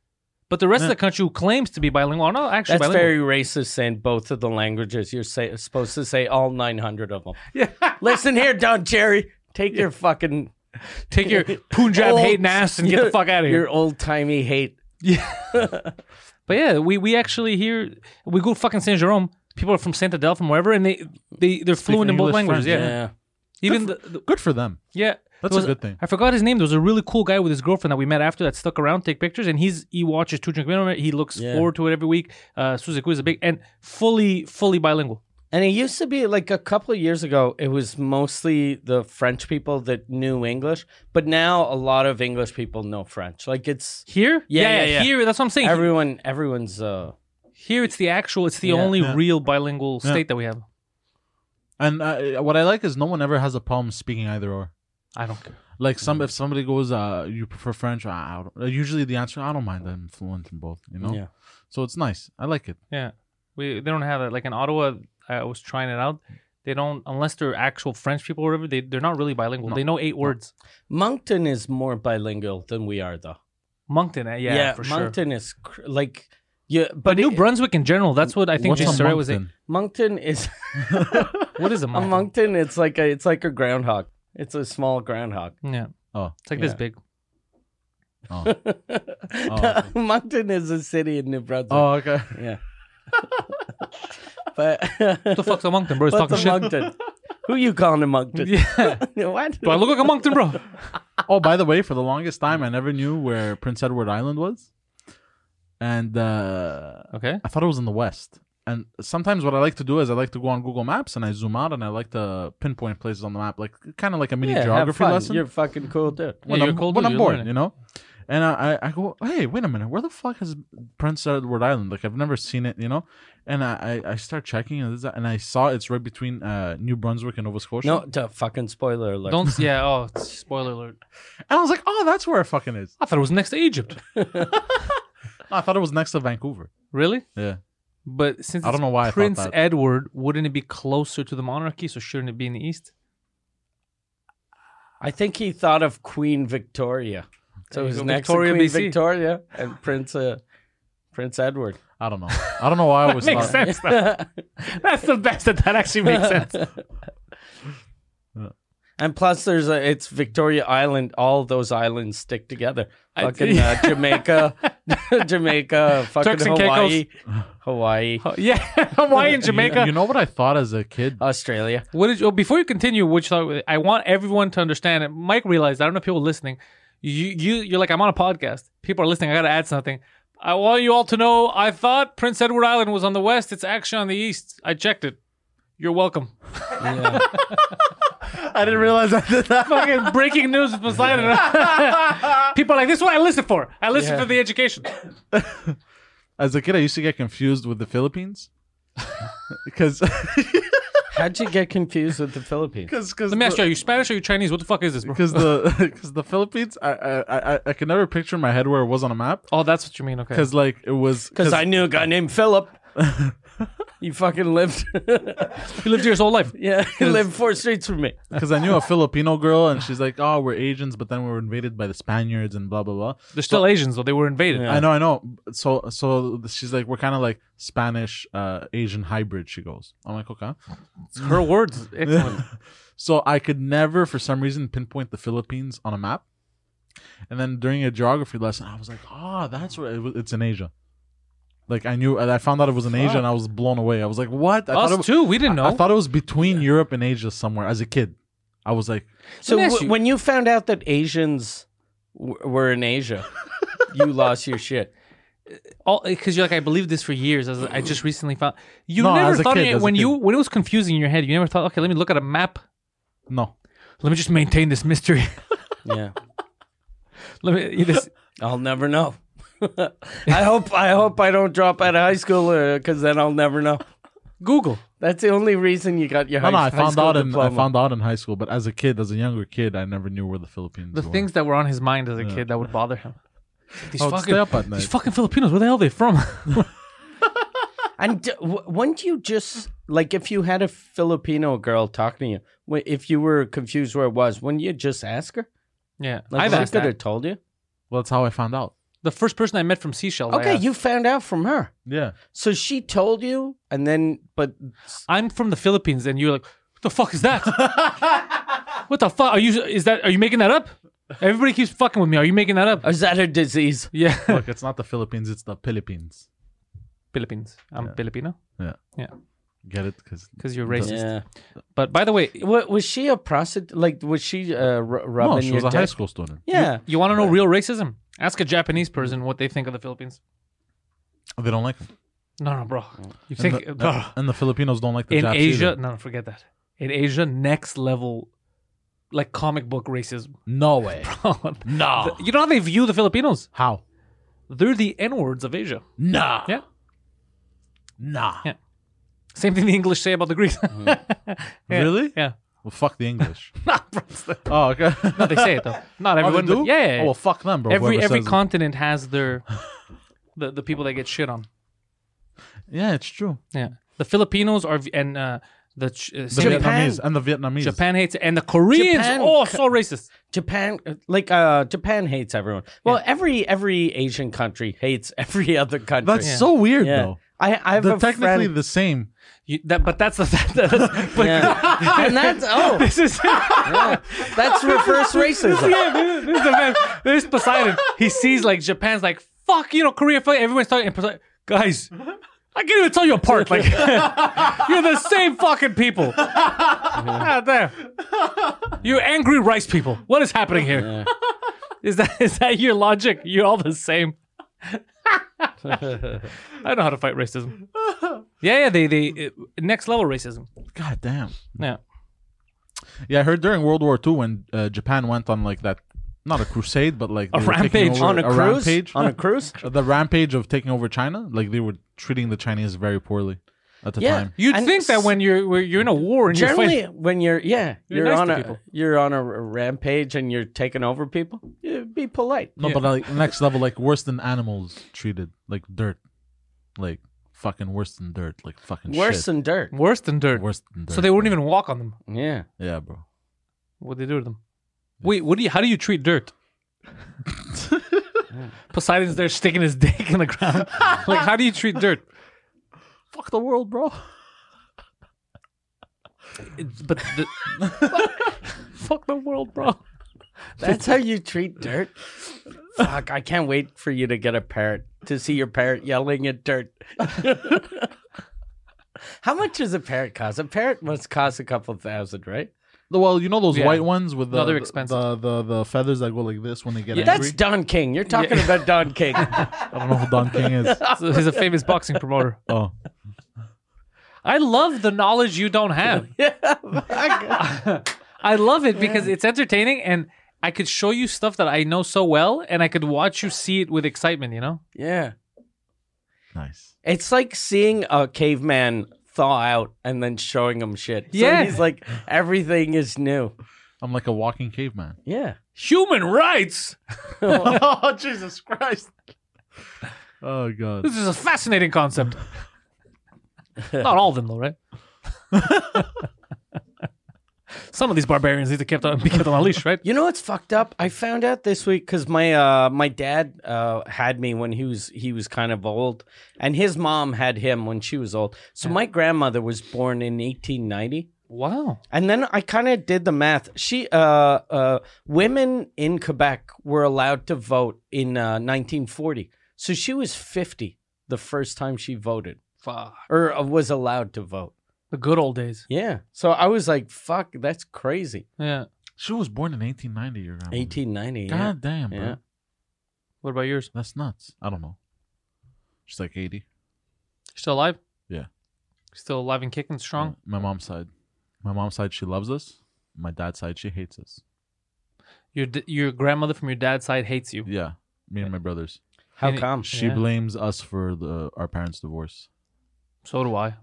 S1: But the rest of the country who claims to be bilingual are not actually
S2: That's
S1: bilingual.
S2: very racist saying both of the languages. You're say, supposed to say all 900 of them.
S1: yeah.
S2: Listen here, Don Cherry. Take your fucking.
S1: <laughs> Take
S2: <laughs>
S1: your Punjab
S2: old-
S1: hating ass and get the
S2: your-
S1: fuck out of here.
S2: Your old timey hate.
S1: But yeah, we, we actually hear we go fucking Saint Jerome. People are from Saint Adele, from wherever, and they they they're fluent in both languages.
S3: English, French,
S1: yeah. even the, the-
S3: that. good for them.
S1: yeah.
S3: That's
S1: There was-
S3: a good thing.
S1: I forgot his name. There was a really cool guy with his girlfriend that we met after that stuck around, take pictures, and he's he watches Two Drink Minimum. He looks
S2: Yeah.
S1: forward to it every week. Uh, Suzy Q is a big and fully fully bilingual.
S2: And it used to be like a couple of years ago, it was mostly the French people that knew English, but now a lot of English people know French. Like it's
S1: Here,
S2: Yeah, yeah, yeah.
S1: here. That's what I'm saying.
S2: everyone, everyone's. uh
S1: here, it's the actual. It's the
S2: Yeah.
S1: only
S3: Yeah.
S1: real bilingual state that we have.
S3: And uh, what I like is no one ever has a problem speaking either or.
S1: I don't care.
S3: Like some, if somebody goes, uh, "You prefer French?" I, I don't, uh, usually the answer, "I don't mind. I'm fluent in both." You know.
S2: Yeah.
S3: So it's nice. I like it.
S1: Yeah, we they don't have that. Like in Ottawa, I was trying it out. They don't unless they're actual French people or whatever. They they're not really bilingual. They know eight words.
S2: Moncton is more bilingual than we are, though.
S1: Moncton, eh? yeah, for sure.
S2: Moncton is cr- like yeah,
S1: But
S2: but
S1: New
S2: it-
S1: Brunswick in general, that's what I think
S3: What's
S1: Jay
S3: a
S1: Surrey was saying.
S3: moncton?
S2: Moncton is
S1: <laughs>
S2: <laughs>
S1: What is a
S2: a
S1: moncton?
S2: Moncton. It's like a it's like a groundhog. It's a small groundhog. <laughs>
S1: Yeah,
S3: Oh,
S1: it's like this
S2: Yeah.
S1: big.
S3: oh,
S1: Oh.
S2: <laughs> Moncton is a city in New Brunswick.
S3: oh, okay.
S2: Yeah, <laughs> but
S1: What the
S2: <laughs>
S1: fuck's a moncton, bro? He's
S2: what's
S1: talking
S2: a
S1: shit.
S2: Moncton? Who you calling a
S1: <laughs>
S2: Moncton? <laughs>
S1: Yeah.
S2: what?
S1: Do I look like a moncton, bro?
S3: Oh, by the way, for the longest time, I never knew where Prince Edward Island was, and uh,
S1: Okay.
S3: I thought it was in the west. And sometimes what I like to do is I like to go on Google Maps and I zoom out and I like to pinpoint places on the map, like kind of like a mini
S2: yeah, have
S3: geography
S2: fun.
S3: lesson
S2: You're fucking cool dude.
S3: when
S1: Yeah, you're
S3: I'm,
S1: cold,
S3: when
S1: dude,
S3: I'm
S1: you're
S3: bored,
S1: learning.
S3: you know. And I, I, I go, hey, wait a minute, where the fuck is Prince Edward Island? Like I've never seen it, you know. And I, I, I start checking and, this, and I saw it's right between uh, New Brunswick and Nova Scotia.
S2: No, duh, fucking spoiler alert.
S1: Don't. Yeah. Oh, it's- spoiler alert.
S3: And I was like, oh, that's where it fucking is.
S1: I thought it was next to Egypt.
S3: No, I thought it was next to Vancouver.
S1: Really?
S3: Yeah.
S1: But since
S3: I don't
S1: it's
S3: know why I thought
S1: Prince
S3: that.
S1: Edward, wouldn't it be closer to the monarchy? So shouldn't it be in the east?
S2: I think he thought of Queen Victoria. So
S1: There
S2: it
S1: you
S2: was
S1: go,
S2: next
S1: Victoria,
S2: to Queen
S1: BC.
S2: Victoria <laughs> and Prince uh, Prince Edward.
S3: I don't know. I don't know
S1: <laughs>
S3: why I was.
S1: Makes
S2: <laughs>
S3: thought-
S1: sense. though. That's the best that that actually makes sense.
S3: <laughs>
S2: And plus, there's a, it's Victoria Island. All those islands stick together.
S1: I- <laughs>
S2: Fucking uh, Jamaica, <laughs> Jamaica, fucking
S1: Turks and
S2: Hawaii, Hawaii,
S1: Oh, yeah, <laughs> Hawaii and
S3: You-
S1: Jamaica.
S3: You, know what I thought as a kid?
S2: Australia.
S1: What did you, oh, before you continue, which I I want everyone to understand, and Mike realized, I don't know if people listening, you, you, you're like, I'm on a podcast. People are listening. I got to add something. I want you all to know, I thought Prince Edward Island was on the west. It's actually on the east. I checked it. You're welcome. <laughs>
S3: I didn't realize I did that.
S1: Fucking breaking news with Poseidon. <laughs> people are like, this is what I listened for. I listened
S2: Yeah.
S1: for the education.
S3: As a kid, I used to get confused with the Philippines. <laughs> Because,
S2: How'd you get confused with the Philippines?
S3: because,
S1: Let me ask you, are you Spanish or are you Chinese? What the fuck is this, bro?
S3: because the <laughs> because the Philippines, I, I I I can never picture in my head where it was on a map.
S1: Oh, that's what you mean. Okay.
S3: Because like it was
S2: Because I knew a guy named
S1: <laughs>
S2: Philip. He fucking lived, <laughs>
S1: He lived here his whole life.
S2: yeah, he lived four streets from me.
S3: <laughs> because I knew a Filipino girl and she's like, oh, we're Asians, but then we were invaded by the Spaniards and blah blah blah.
S1: They're still Asians, though. They were invaded.
S3: I know, I know. So so she's like, we're kind of like Spanish uh, Asian hybrid. She goes, I'm like, okay.
S1: Her words. Excellent.
S3: So I could never, for some reason, pinpoint the Philippines on a map. And then during a geography lesson, I was like, "Ah, that's where it was, it's in Asia." Like I knew, and I found out it was in Asia, and I was blown away. I was like, "What?" I thought it,
S1: Us,
S3: was-
S1: too. We didn't know.
S3: I thought it was between Europe and Asia somewhere. As a kid, I was like,
S2: So
S1: Let me ask
S2: w-
S1: you-
S2: when you found out that Asians w- were in Asia, you lost your shit.
S1: all because you're like I believed this for years. As I just recently found you
S3: No,
S1: never
S3: as a
S1: thought
S3: kid,
S1: it,
S3: as a
S1: when you
S3: kid.
S1: when it was confusing in your head. You never thought, okay, let me look at a map.
S3: "No."
S1: Let me just maintain this mystery. <laughs>
S2: Yeah,
S1: let me this,
S3: <laughs>
S2: I'll never know. <laughs> I hope I hope I don't drop out of high school because then I'll never know.
S1: Google.
S2: That's the only reason you got your
S3: No,
S2: high,
S3: no, I
S2: high
S3: found
S2: school
S3: out in
S2: diploma.
S3: I found out in high school, but as a kid, as a younger kid, I never knew where the Philippines.
S1: The
S3: were.
S1: things that were on his mind as a kid that would bother him. These
S3: I would
S1: fucking
S3: Oh, stay up at night.
S1: these fucking Filipinos. Where the hell are they from? <laughs>
S2: And d- w- wouldn't you just like if you had a Filipino girl talking to you, w- if you were confused where it was, wouldn't you just ask her?
S1: yeah,
S2: Like,
S1: I've
S2: she
S1: asked
S2: could
S1: that.
S2: have told you.
S3: well, that's how I found out.
S1: The first person I met from Seashells. I
S2: Okay,
S1: asked,
S2: you found out from her.
S1: <laughs>
S3: Yeah,
S2: So she told you, and then but
S1: I'm from the Philippines, and you're like, what the fuck is
S3: <laughs>
S1: that? what the fuck are you? Is that are you making that up? Everybody keeps fucking with me. Are you making that
S3: Uh,
S1: up?
S2: is that a disease?
S1: Yeah,
S3: look, it's not the Philippines; it's the Philippines.
S1: <laughs> Philippines. I'm Filipino.
S3: Yeah,
S1: Yeah,
S3: get it? Because
S1: because you're racist.
S2: Yeah.
S1: But by the way,
S2: Wa- was she a prostitute? Like, was she uh, r- rubbing
S3: no, she
S2: your
S3: was a high
S2: dick?
S3: school student.
S2: Yeah.
S1: You want to know real racism? Ask a Japanese person what they think of the Philippines.
S3: They don't like them.
S1: No, no, bro. You
S3: And
S1: think
S3: the-
S1: bro,
S3: and the Filipinos don't like the
S1: in
S3: Japs
S1: Asia?
S3: either.
S1: No, no, forget that. In Asia, next level, like comic book racism. <laughs>
S3: No way. Mm.
S1: no, you know how they view the Filipinos?
S3: How?
S1: They're the N words of Asia.
S3: Nah.
S1: Yeah.
S3: Nah.
S1: Yeah. Same thing the English say about the Greeks.
S3: Mm.
S1: <laughs> Yeah.
S3: Really?
S1: Yeah.
S3: Well, fuck the English. <laughs>
S1: Nah, bro, <laughs> it's the-
S3: oh, okay.
S1: no, they say it though. Not everyone.
S3: do?
S1: But yeah, yeah, yeah.
S3: Oh, well, fuck them, bro.
S1: every
S3: whoever
S1: every
S3: says it.
S1: continent has
S3: <laughs>
S1: their the the people that get shit on.
S3: Yeah, it's true.
S1: Yeah, the Filipinos are v- and uh, the Ch- uh,
S3: The
S1: Japan-
S3: Vietnamese and the Vietnamese.
S1: Japan hates it, and the Koreans.
S2: Japan-
S1: oh, so racist.
S2: Japan, like uh, Japan hates everyone. Well, every every Asian country hates <laughs> every other country.
S3: That's so weird,
S2: yeah.
S3: though.
S2: I I have
S3: They're
S2: a
S3: technically
S2: friend.
S3: the same.
S1: You, that, but that's the <laughs> fact. That, that's, but
S2: <laughs> yeah. and that's oh,
S1: <laughs> this is
S2: that's reverse racism.
S1: yeah, this, is- this is the man. This is Poseidon. He sees like Japan's like fuck. You know, Korea. Fuck, everyone's talking. And Poseidon, guys, I can't even tell you apart. Like <laughs> you're the same fucking people. Out there, you angry rice people. What is happening here? Is that is that your logic? You're all the
S2: <laughs>
S1: same. I know how to fight racism. Yeah, yeah, they they uh, next level racism.
S3: God damn.
S1: Yeah.
S3: Yeah, I heard during World War II when uh, Japan went on like that, not a crusade, but like
S1: A
S3: they were taking
S1: rampage.
S3: over-
S2: On a cruise?
S3: rampage. <laughs>
S2: On a cruise?
S3: the rampage of taking over China. Like they were treating the Chinese very poorly at the
S2: Yeah.
S3: time.
S1: You'd
S2: And
S1: think that
S2: s-
S1: when you're when you're in a war and you're
S2: Generally,
S1: fighting,
S2: when you're yeah,
S1: You're
S2: you're,
S1: nice
S2: on
S1: to
S2: a
S1: people.
S2: you're on a r- rampage and you're taking over people. You be polite.
S3: No, but like next level, like worse than animals treated, like dirt, like fucking worse than dirt, like fucking
S2: Worse
S3: shit.
S2: than dirt.
S1: worse than dirt.
S3: worse than dirt.
S1: so they wouldn't even walk on them.
S2: Yeah.
S3: Yeah, bro.
S1: What they do to them? Wait, what do you? How do you treat
S3: <laughs>
S1: dirt? <laughs> Poseidon's there sticking his dick in the ground.
S3: <laughs>
S1: like, how do you treat dirt?
S3: Fuck the world, bro.
S1: It's- But the, fuck the world, bro.
S2: That's how you treat dirt. Fuck, I can't wait for you to get a parrot to see your parrot yelling at dirt. <laughs> How much does a parrot cost? A parrot must cost a couple thousand, right?
S3: The- Well, you know those
S1: Yeah.
S3: white ones with the,
S1: No, they're
S3: the-
S1: expensive.
S3: The, the the feathers that go like this when they get angry.
S2: That's Don King. You're talking about Don King.
S3: <laughs> I don't know who Don King
S1: <laughs>
S3: is.
S1: So he's a famous boxing promoter.
S3: Oh,
S1: I love the knowledge you don't have. <laughs> I love it because it's entertaining and I could show you stuff that I know so well and I could watch you see it with excitement, you know?
S2: <laughs> yeah.
S3: nice.
S2: It's like seeing a caveman thaw out and then showing him shit. So
S1: Yeah.
S2: he's like, everything is new.
S3: I'm like a walking caveman.
S2: Yeah.
S1: Human rights.
S3: oh Jesus Christ! Oh God!
S1: This is a fascinating concept. <laughs> Not all of them though, right? <laughs> Some of these barbarians need to kept on, be kept on a leash, right?
S2: You know what's fucked up? I found out this week because my uh, my dad uh, had me when he was he was kind of old, and his mom had him when she was old. So my grandmother was born in 1890,
S1: Wow.
S2: and then I kind of did the math. She uh, uh, women in Quebec were allowed to vote in uh, 1940, so she was 50 the first time she voted
S1: Fuck.
S2: or uh, was allowed to vote.
S1: The good old days.
S2: Yeah, so I was like, "Fuck, that's crazy."
S1: Yeah.
S3: She was born in 1890. Your grandmother.
S2: 1890. yeah.
S3: Mm. God damn, bro.
S2: Yeah.
S1: What about yours?
S3: That's nuts. I don't know. She's like 80.
S1: Still alive?
S3: Yeah.
S1: Still alive and kicking strong?
S3: My mom's side. My mom's side, she loves us. My dad's side, she hates us.
S1: Your d- your grandmother from your dad's side hates you.
S3: Yeah, me and my brothers.
S2: How
S1: And it-
S2: come?
S3: She
S1: Yeah.
S3: blames us for the our parents' divorce.
S1: So do I.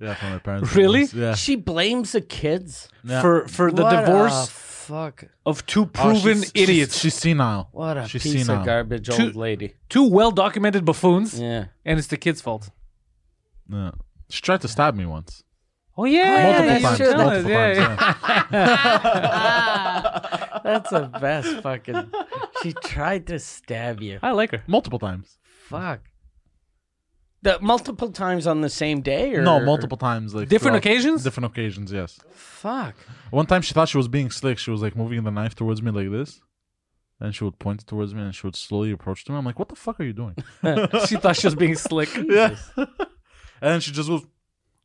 S3: Yeah, for my parents.
S1: Really?
S3: divorce. Yeah.
S2: She blames the kids
S3: Yeah.
S1: For for the
S2: What a
S1: divorce
S2: fuck!
S1: of two
S3: Oh, she's-
S1: proven
S3: she's-
S1: idiots,
S3: She's senile.
S2: What a
S3: she's
S2: piece
S3: senile.
S2: of garbage
S1: Two-
S2: old lady.
S1: two well documented buffoons,
S2: Yeah.
S1: and it's the kid's fault.
S3: Yeah. She tried to stab me once.
S1: Oh yeah,
S3: Multiple
S1: you
S3: times.
S1: should.
S3: Multiple
S1: Yeah,
S3: times.
S1: yeah.
S3: Yeah.
S2: That's the best fucking. She tried to stab you.
S1: I like her.
S3: Multiple times.
S2: Fuck. The multiple times on the same day, or
S3: No, multiple times. Like
S1: Different
S3: throughout-
S1: occasions?
S3: Different occasions. Yes.
S2: Fuck.
S3: One time she thought she was being slick. She was like moving the knife towards me like this. Then she would point it towards me and she would slowly approach to me. I'm like, what the fuck are you doing?
S1: She thought she was being slick.
S3: <laughs> yeah. and then she just goes,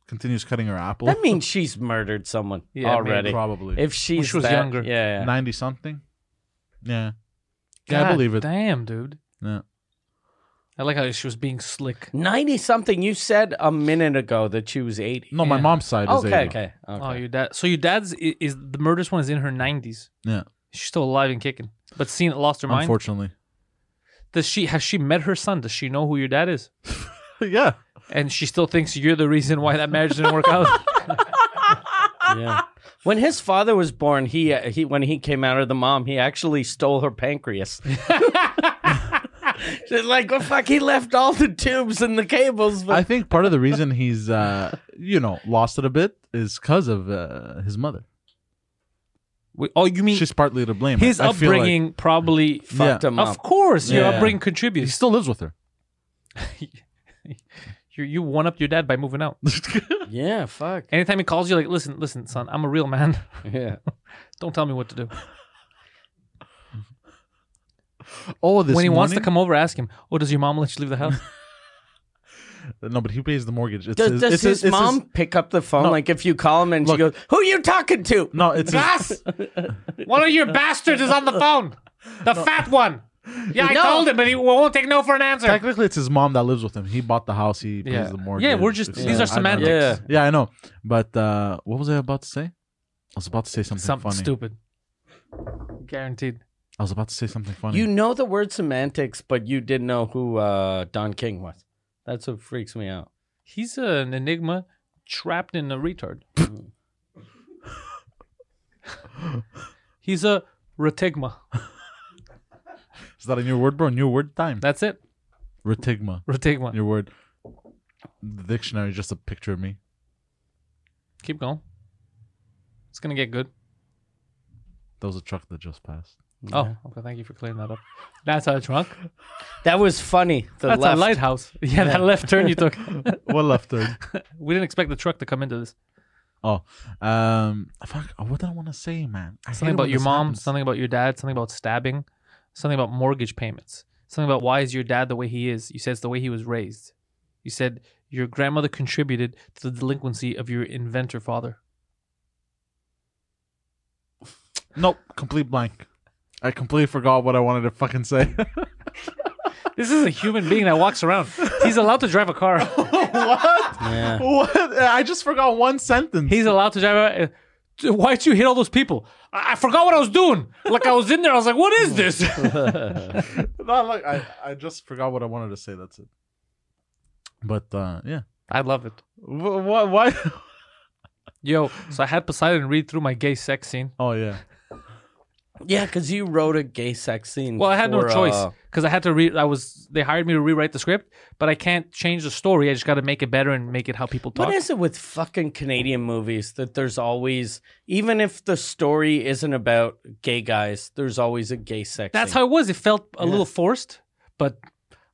S3: continues cutting her apple.
S2: That means she's murdered someone
S1: Yeah,
S2: already.
S3: Probably.
S2: If she's
S1: was
S2: that-
S1: younger.
S2: yeah. yeah.
S3: 90 something. Yeah. Yeah, I believe it.
S1: Damn, dude.
S3: Yeah.
S1: I like how she was being slick.
S2: Ninety something. You said a minute ago that she was eighty.
S3: No, my
S1: Yeah.
S3: mom's side is
S2: Okay,
S3: 80.
S2: okay, okay.
S1: Oh, your dad. So your dad's is, is the murderous one is in her nineties.
S3: Yeah.
S1: She's still alive and kicking, but seen it lost her mind.
S3: Unfortunately.
S1: Does she has she met her son? Does she know who your dad is?
S3: yeah.
S1: And she still thinks you're the reason why that marriage didn't work
S3: <laughs>
S1: out.
S2: yeah. When his father was born, he uh, he when he came out of the mom, he actually stole
S1: <laughs>
S2: her pancreas. She's like, well, fuck, he left all the tubes and the cables. But
S3: I think part of the reason he's, uh, you know, lost it a bit is because of uh, his mother.
S1: Wait, Oh, you mean
S3: She's partly to blame.
S1: his
S3: I feel like.
S1: upbringing probably
S2: fucked
S3: yeah.
S2: him
S1: Of
S2: up.
S1: course, your
S3: Yeah.
S1: upbringing
S3: He
S1: contributes.
S3: still lives with her.
S1: You you one up your dad by moving
S3: <laughs>
S1: out.
S2: Yeah, fuck.
S1: Anytime he calls you, like, listen, listen, son, I'm a real man. <laughs>
S2: Yeah.
S1: Don't tell me what to do.
S3: Oh, this
S1: when he wants to
S3: morning-
S1: come over, ask him, "Oh, does your mom let you leave the house?"
S3: No, but he pays the mortgage. It's
S2: Does, does
S3: it's
S2: his
S3: it's
S2: mom pick up the phone?
S3: No.
S2: Like, if you call him and she goes,
S3: Look.
S2: "Who you talking to?"
S3: no, it's his-
S1: <laughs> one of your bastards is on the phone. The fat one. Yeah, I
S2: No.
S1: told him, but he won't take no for an answer.
S3: <laughs> technically it's his mom that lives with him. He bought the house. He pays
S1: Yeah.
S3: the mortgage.
S1: Yeah, we're just-
S3: It's- uh,
S1: these are
S3: I don't know.
S1: semantics.
S2: Yeah.
S3: Yeah, I know. But uh, what was I about to say? I was about to say something
S1: Something
S3: funny.
S1: stupid. Guaranteed.
S3: I was about to say something funny.
S2: You know the word semantics, but you didn't know who uh, Don King was. That's what freaks me out.
S1: He's an enigma trapped in a
S3: <laughs>
S1: retard. He's a retigma.
S3: Is that a new word, bro? New word time.
S1: That's it.
S3: Retigma.
S1: Retigma.
S3: Your word. The dictionary is just a picture of me.
S1: Keep going. It's gonna get good.
S3: That was a truck that just passed.
S1: Oh, okay. Thank you for clearing that up. That's a trunk.
S2: That was funny. The
S1: That's
S2: left.
S1: a <laughs>
S3: <laughs>
S1: lighthouse. Yeah, that left turn you took. <laughs>
S3: What left turn?
S1: we didn't expect the truck to come into this.
S3: Oh, um, fuck. What did I want to say, man? I hate
S1: Something
S3: it
S1: about
S3: when
S1: your
S3: this
S1: mom,
S3: happens.
S1: something about your dad, something about stabbing, something about mortgage payments, something about why is your dad the way he is. You said it's the way he was raised. You said your grandmother contributed to the delinquency of your inventor
S3: <laughs>
S1: father.
S3: Nope, complete blank. I completely forgot what I wanted to fucking say. <laughs>
S1: This is a human being that walks around. He's allowed to drive a car.
S3: <laughs> what?
S2: Yeah.
S3: What? I just forgot one sentence.
S1: He's allowed to drive a. Why'd you hit all those people? I, I forgot what I was doing. Like I was in there. I was like, what is
S2: <laughs>
S1: this?
S3: Not like I, I just forgot what I wanted to say. That's it. But uh, yeah.
S1: I love it.
S3: What? Why? <laughs>
S1: Yo, so I had Poseidon read through my gay sex scene.
S3: Oh
S1: <laughs>
S3: yeah.
S2: yeah, because you wrote a gay sex scene.
S1: Well, I had no
S2: for,
S1: choice
S2: uh,
S1: because I had to read. I was they hired me to rewrite the script, but I can't change the story. I just got to make it better and make it how people talk.
S2: What is it with fucking Canadian movies that there's always, even if the story isn't about gay guys, there's always a gay sex.
S1: That's
S2: scene.
S1: how it was. It felt a little forced, but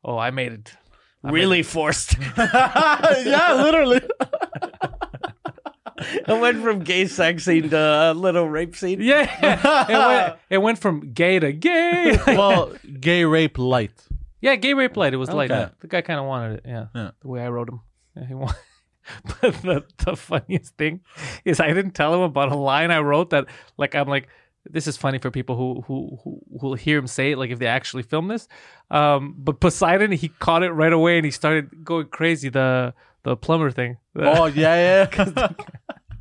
S1: oh, I made it. <laughs>
S2: <laughs> really forced.
S3: yeah, literally.
S2: <laughs> it went from gay sex scene to a little rape scene.
S1: Yeah, it,
S2: <laughs>
S1: went, it went from gay to gay.
S3: well, gay rape light.
S1: yeah, gay rape light. It was light.
S2: Okay.
S1: The guy kind of wanted it. Yeah,
S3: Yeah.
S1: the way I wrote him. Yeah, he <laughs> wanted. But the, the funniest thing is I didn't tell him about a line I wrote that like I'm like this is funny for people who who who will hear him say it like if they actually film this. Um, but Poseidon he caught it right away and he started going crazy the the plumber thing. <laughs>
S3: Oh yeah, yeah.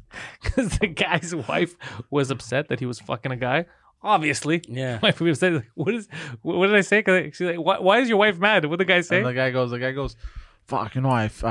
S3: <laughs>
S1: because the guy's wife was upset that he was fucking a guy. Obviously, <laughs>
S2: Yeah.
S1: My wife was upset. Like, what is? What what did I say? 'Cause I- she's like, why, why is your wife mad? What did the guy say?
S3: and the guy goes. The guy goes. Fuck, you know, I, I,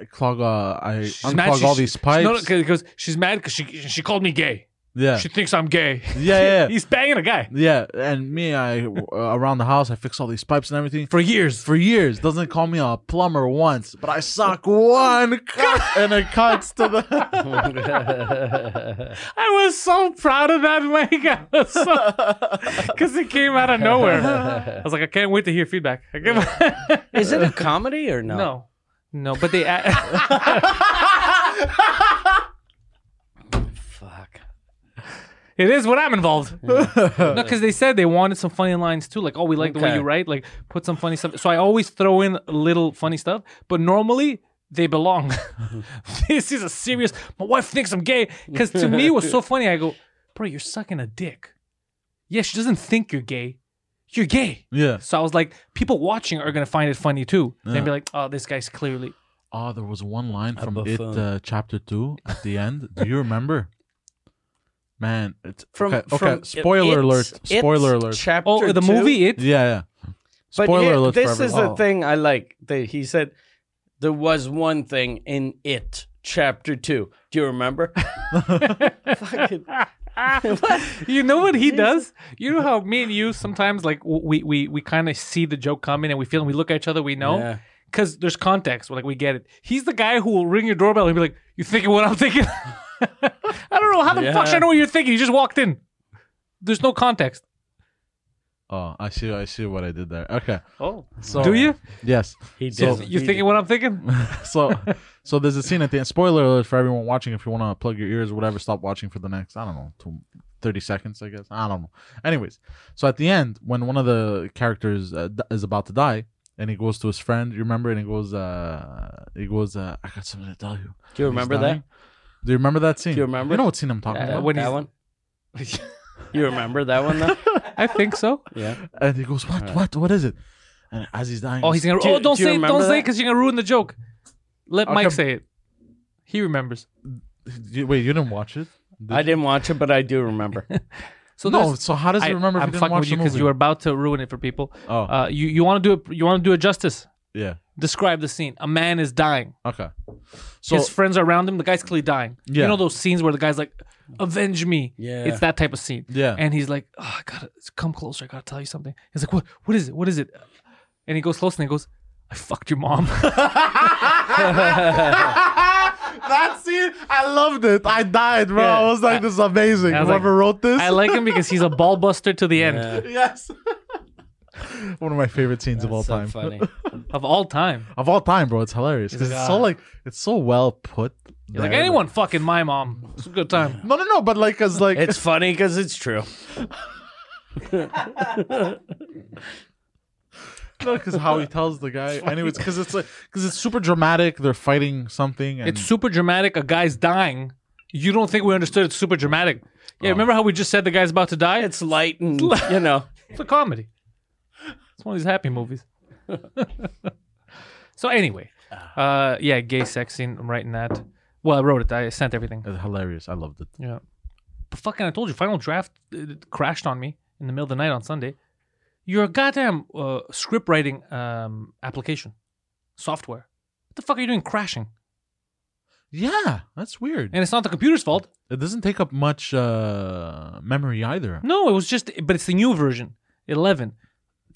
S3: I clog, uh, I
S1: She's mad.
S3: unclog
S1: She-
S3: all these
S1: she-
S3: pipes.
S1: No, no, 'cause- 'cause she's mad because she she called me gay.
S3: yeah,
S1: She thinks I'm gay.
S2: <laughs>
S3: yeah, yeah,
S1: He's banging a guy
S3: yeah. And me, I uh, around the house, I fix all these pipes and everything.
S1: for
S3: <laughs>
S1: years.
S3: for years. Doesn't call me a plumber once, but I suck one <laughs> cock and it cuts to the. <laughs>
S1: I was so proud of that, Mike. I was so because it came out of nowhere. I was like, I can't wait to hear feedback. I can't...
S2: Is it a comedy or no?
S1: no, no, but they.
S2: <laughs>
S1: a-
S2: Fuck.
S1: It is when I'm involved. no, because they said they wanted some funny lines too. Like, oh, we like the way
S2: Okay.
S1: you write. Like, put some funny stuff. So I always throw in little funny stuff, but normally they belong. <laughs> this is a serious. My wife thinks I'm gay because to me it was so funny. I go, bro, you're sucking a dick. Yeah, she doesn't think you're gay. You're gay.
S3: yeah.
S1: So I was like, people watching are gonna find it funny too.
S3: Yeah.
S1: They'd be like, oh, this guy's clearly.
S3: Oh, there was one line from it,
S2: buffoon.
S3: uh, chapter two, at the end. Do you remember? Man, it's
S2: From
S3: okay. okay.
S2: from-
S3: Spoiler
S2: it's-
S3: alert! Spoiler
S2: it's
S3: alert!
S2: Chapter
S1: Oh, the
S2: two.
S1: movie it.
S3: yeah, yeah.
S2: But
S3: Spoiler
S2: here-
S3: alert! for oh.
S2: This is
S3: everyone.
S2: the thing I like. That he said there was one thing in it, chapter two. Do you
S3: <laughs>
S2: remember? <laughs> Fucking-
S1: you know <laughs> what he does? You know how me and you sometimes like w- we we we kind of see the joke coming and we feel and we look at each other. We know
S2: Yeah.
S1: because there's context. We're like we get it. He's the guy who will ring your doorbell and be like, "You thinking what I'm thinking?" <laughs> I don't know how the fuck should I know what you're thinking. You just walked in. There's no context.
S3: Oh, I see. I see what I did there. Okay.
S1: Oh,
S3: So
S1: do you?
S3: Yes.
S2: He did.
S3: So-
S1: You thinking what I'm thinking?
S3: so so there's a scene at the end. Spoiler alert for everyone watching. If you want to plug your ears or whatever, stop watching for the next, I don't know, two, 30 seconds, I guess. I don't know. Anyways, so at the end, when one of the characters uh, d- is about to die, and he goes to his friend, you remember? And he goes, uh, he goes, uh, I got something to tell you.
S2: Do you remember that?
S3: Do you remember that scene?
S2: Do you remember?
S3: You know what scene I'm talking
S2: Uh,
S3: about?
S1: when
S2: that
S1: he's-
S2: one. you remember that one
S3: <laughs>
S2: though?
S1: I think so.
S2: Yeah.
S3: And he goes, what, what, what is it? And as he's dying,
S1: Oh, he's gonna.
S2: Do you-
S1: oh, don't
S2: do you
S1: say, it,
S2: remember
S1: don't say,
S2: that?
S1: because you're gonna ruin the joke. Let
S3: Okay.
S1: Mike say it. He remembers.
S3: You- wait, you didn't watch it? Did
S2: I
S3: you?
S2: didn't watch it, but I do remember.
S1: So
S3: No,
S1: there's-
S3: so how does he remember
S1: I,
S3: if
S1: am
S3: he didn't
S1: fucking
S3: watch
S1: with
S3: the
S1: you because
S3: movie?
S1: you were about to ruin it for people.
S3: Oh.
S1: Uh, you you want to do it? You want to do it justice?
S3: yeah.
S1: Describe the scene. A man is dying.
S3: Okay. So
S1: His friends are around him. The guy's clearly dying.
S3: Yeah.
S1: You know those scenes where the guy's like, "Avenge me."
S2: Yeah.
S1: It's that type of scene.
S3: Yeah.
S1: And he's like, "Oh, I gotta come closer. I gotta tell you something." He's like, "What? What is it? What is it?" And he goes close and he goes, "I fucked your mom." <laughs>
S3: that scene, I loved it. I died, bro.
S1: Yeah.
S3: I was like, this is amazing.
S1: I was
S3: Whoever
S1: like-
S3: wrote this,
S1: I like him because he's a ball buster to the end
S2: Yeah.
S3: yes. One of my favorite scenes of <laughs> all
S2: so
S3: time.
S2: funny.
S1: of all time.
S3: Of all time, bro. It's hilarious. 'cause
S1: like,
S3: it's
S1: ah.
S3: so like it's so well put
S1: You're like anyone fucking my mom. It's a good time.
S3: No, no, no. But like, cause like, <laughs>
S2: It's funny because it's true.
S3: because how he tells the guy. Anyway, it's because it's like, because it's super dramatic. They're fighting something. And
S1: It's super dramatic. A guy's dying. You don't think we understood it's super dramatic. Yeah, remember how we just said the guy's about to die? It's,
S2: It's light
S3: <laughs>
S2: and you know.
S1: it's a comedy. It's one of these happy movies. <laughs> so anyway, uh, yeah, gay sex scene. I'm writing that. Well, I wrote it. I sent everything.
S3: It's hilarious. I loved it.
S1: Yeah. But fucking, I told you, Final Draft uh, crashed on me in the middle of the night on Sunday. Your goddamn uh, script writing um, application, software. What the fuck are you doing crashing?
S3: Yeah, that's weird.
S1: And it's not the computer's fault.
S3: It doesn't take up much uh, memory either.
S1: No, it was just, but it's the new version, 11.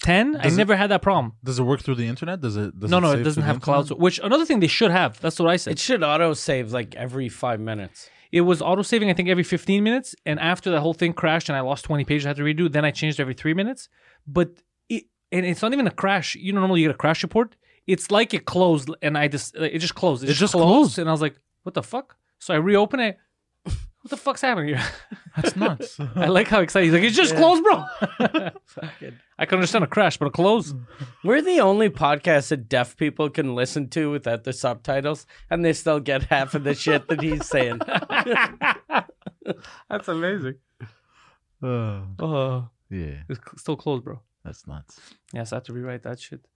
S1: 10, I
S3: Does it-
S1: never had that problem.
S3: Does it work through the internet? Does it? Does
S1: no, no,
S3: save
S1: it doesn't
S3: to the
S1: have cloud.
S3: internet?
S1: so- Which another thing they should have. That's what I said.
S2: It should auto save like every five minutes.
S1: it was auto saving, I think, every 15 minutes. And after the whole thing crashed and I lost 20 pages, I had to redo. Then I changed every three minutes. But it, and it's not even a crash. You know, normally you get a crash report. It's like it closed and I just, it just closed. It,
S3: It
S1: just,
S3: just
S1: closed.
S3: closed.
S1: And I was like, what the fuck? So I reopen it. <laughs> What the fuck's happening here? <laughs>
S3: That's nuts.
S1: I like how excited he's like, it's just closed, bro. I can understand a crash, but a close.
S2: We're the only podcast that deaf people can listen to without the subtitles, and they still get half of the shit that he's saying.
S1: That's amazing.
S3: Uh,
S1: Oh,
S3: yeah,
S1: it's cl- still closed, bro.
S3: that's nuts.
S1: Yes, I had to rewrite that shit.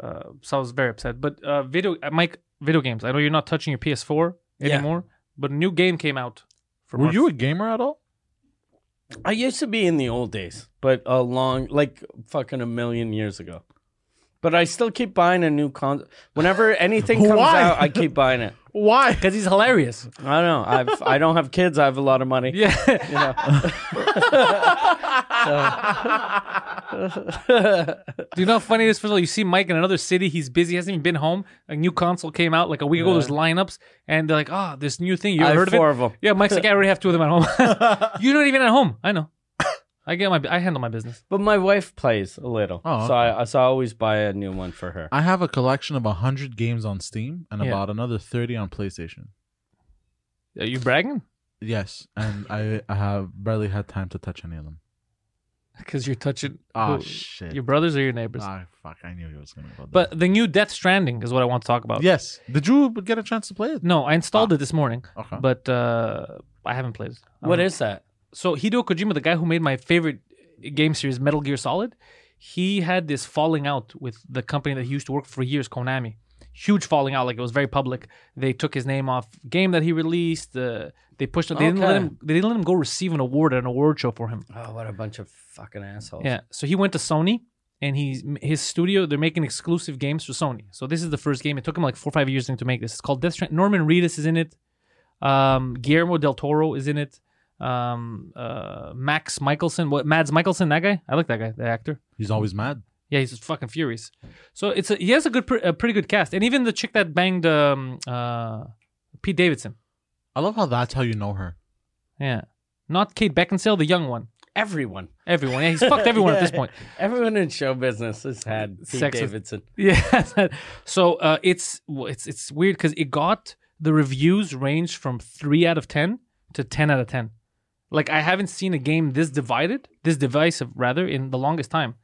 S1: Uh, so I was very upset. But uh, video, uh, Mike, video games. I know you're not touching your PS4
S2: Yeah.
S1: anymore, but a new game came out. For
S3: Were
S1: March-
S3: you a gamer at all?
S2: I used to be in the old days, but a long, like fucking a million years ago. But I still keep buying a new console. Whenever anything
S1: <laughs>
S2: comes
S3: Why?
S2: out, I keep buying it.
S3: Why?
S1: Because he's hilarious.
S2: I don't know. I've I don't have kids. I have a lot of money.
S1: Yeah.
S2: You
S1: <laughs>
S2: know? So-
S1: Do you know how funny it is? First of all, you see Mike in another city. He's busy. Hasn't even been home. A new console came out like a week ago. There's lineups, and they're like, "Oh, this new thing. You
S2: I have
S1: heard of it?"
S2: four of 'em.
S1: Yeah, Mike's like, "I already have two of them at
S2: <laughs>
S1: home." You're not even at home. I know. I get my. I handle my business.
S2: but my wife plays a little,
S3: Oh,
S2: so I so I always buy a new one for her.
S3: I have a collection of hundred games on Steam and
S1: Yeah.
S3: about another thirty on PlayStation.
S1: Are you bragging?
S3: Yes, and I I have barely had time to touch any of them.
S1: Because you're touching.
S3: Ah,
S1: who-
S3: shit.
S1: Your brothers or your neighbors?
S3: Ah, fuck! I knew he was gonna go there.
S1: But the new Death Stranding is what I want to talk about.
S3: yes, did you get a chance to play it?
S1: No, I
S2: Ah.
S1: installed it this morning,
S3: Okay.
S1: but uh, I haven't played it. I
S2: What
S1: don't
S2: is that?
S1: know. so Hideo Kojima, the guy who made my favorite game series, Metal Gear Solid, he had this falling out with the company that he used to work for years, Konami. Huge falling out, like it was very public. They took his name off game that he released. Uh, they pushed. They didn't let
S2: Okay.
S1: him. They didn't let him go receive an award at an award show for him.
S2: Oh, what a bunch of fucking assholes.
S1: Yeah. So he went to Sony and he's his studio, they're making exclusive games for Sony. So this is the first game. It took him like four or five years to make this. It's called Death Strand. Norman Reedus is in it. Um, Guillermo del Toro is in it. Um, uh, Max Michelson, what Mads Michelson, that guy? I like that guy, the actor.
S3: He's always mad.
S1: Yeah, he's fucking furious. So it's a, he has a good, pr- a pretty good cast, and even the chick that banged um, uh, Pete Davidson.
S3: I love how that's how you know her.
S1: Yeah, not Kate Beckinsale, the young one.
S2: Everyone.
S1: Everyone, yeah, he's fucked everyone at this
S2: <laughs> Yeah.
S1: point.
S2: Everyone in show business has had Pete
S1: Sex with-
S2: Davidson.
S1: Yeah. <laughs> so uh, it's well, it's it's weird because it got the reviews range from three out of ten to ten out of ten. Like I haven't seen a game this divided, this divisive rather, in the longest time.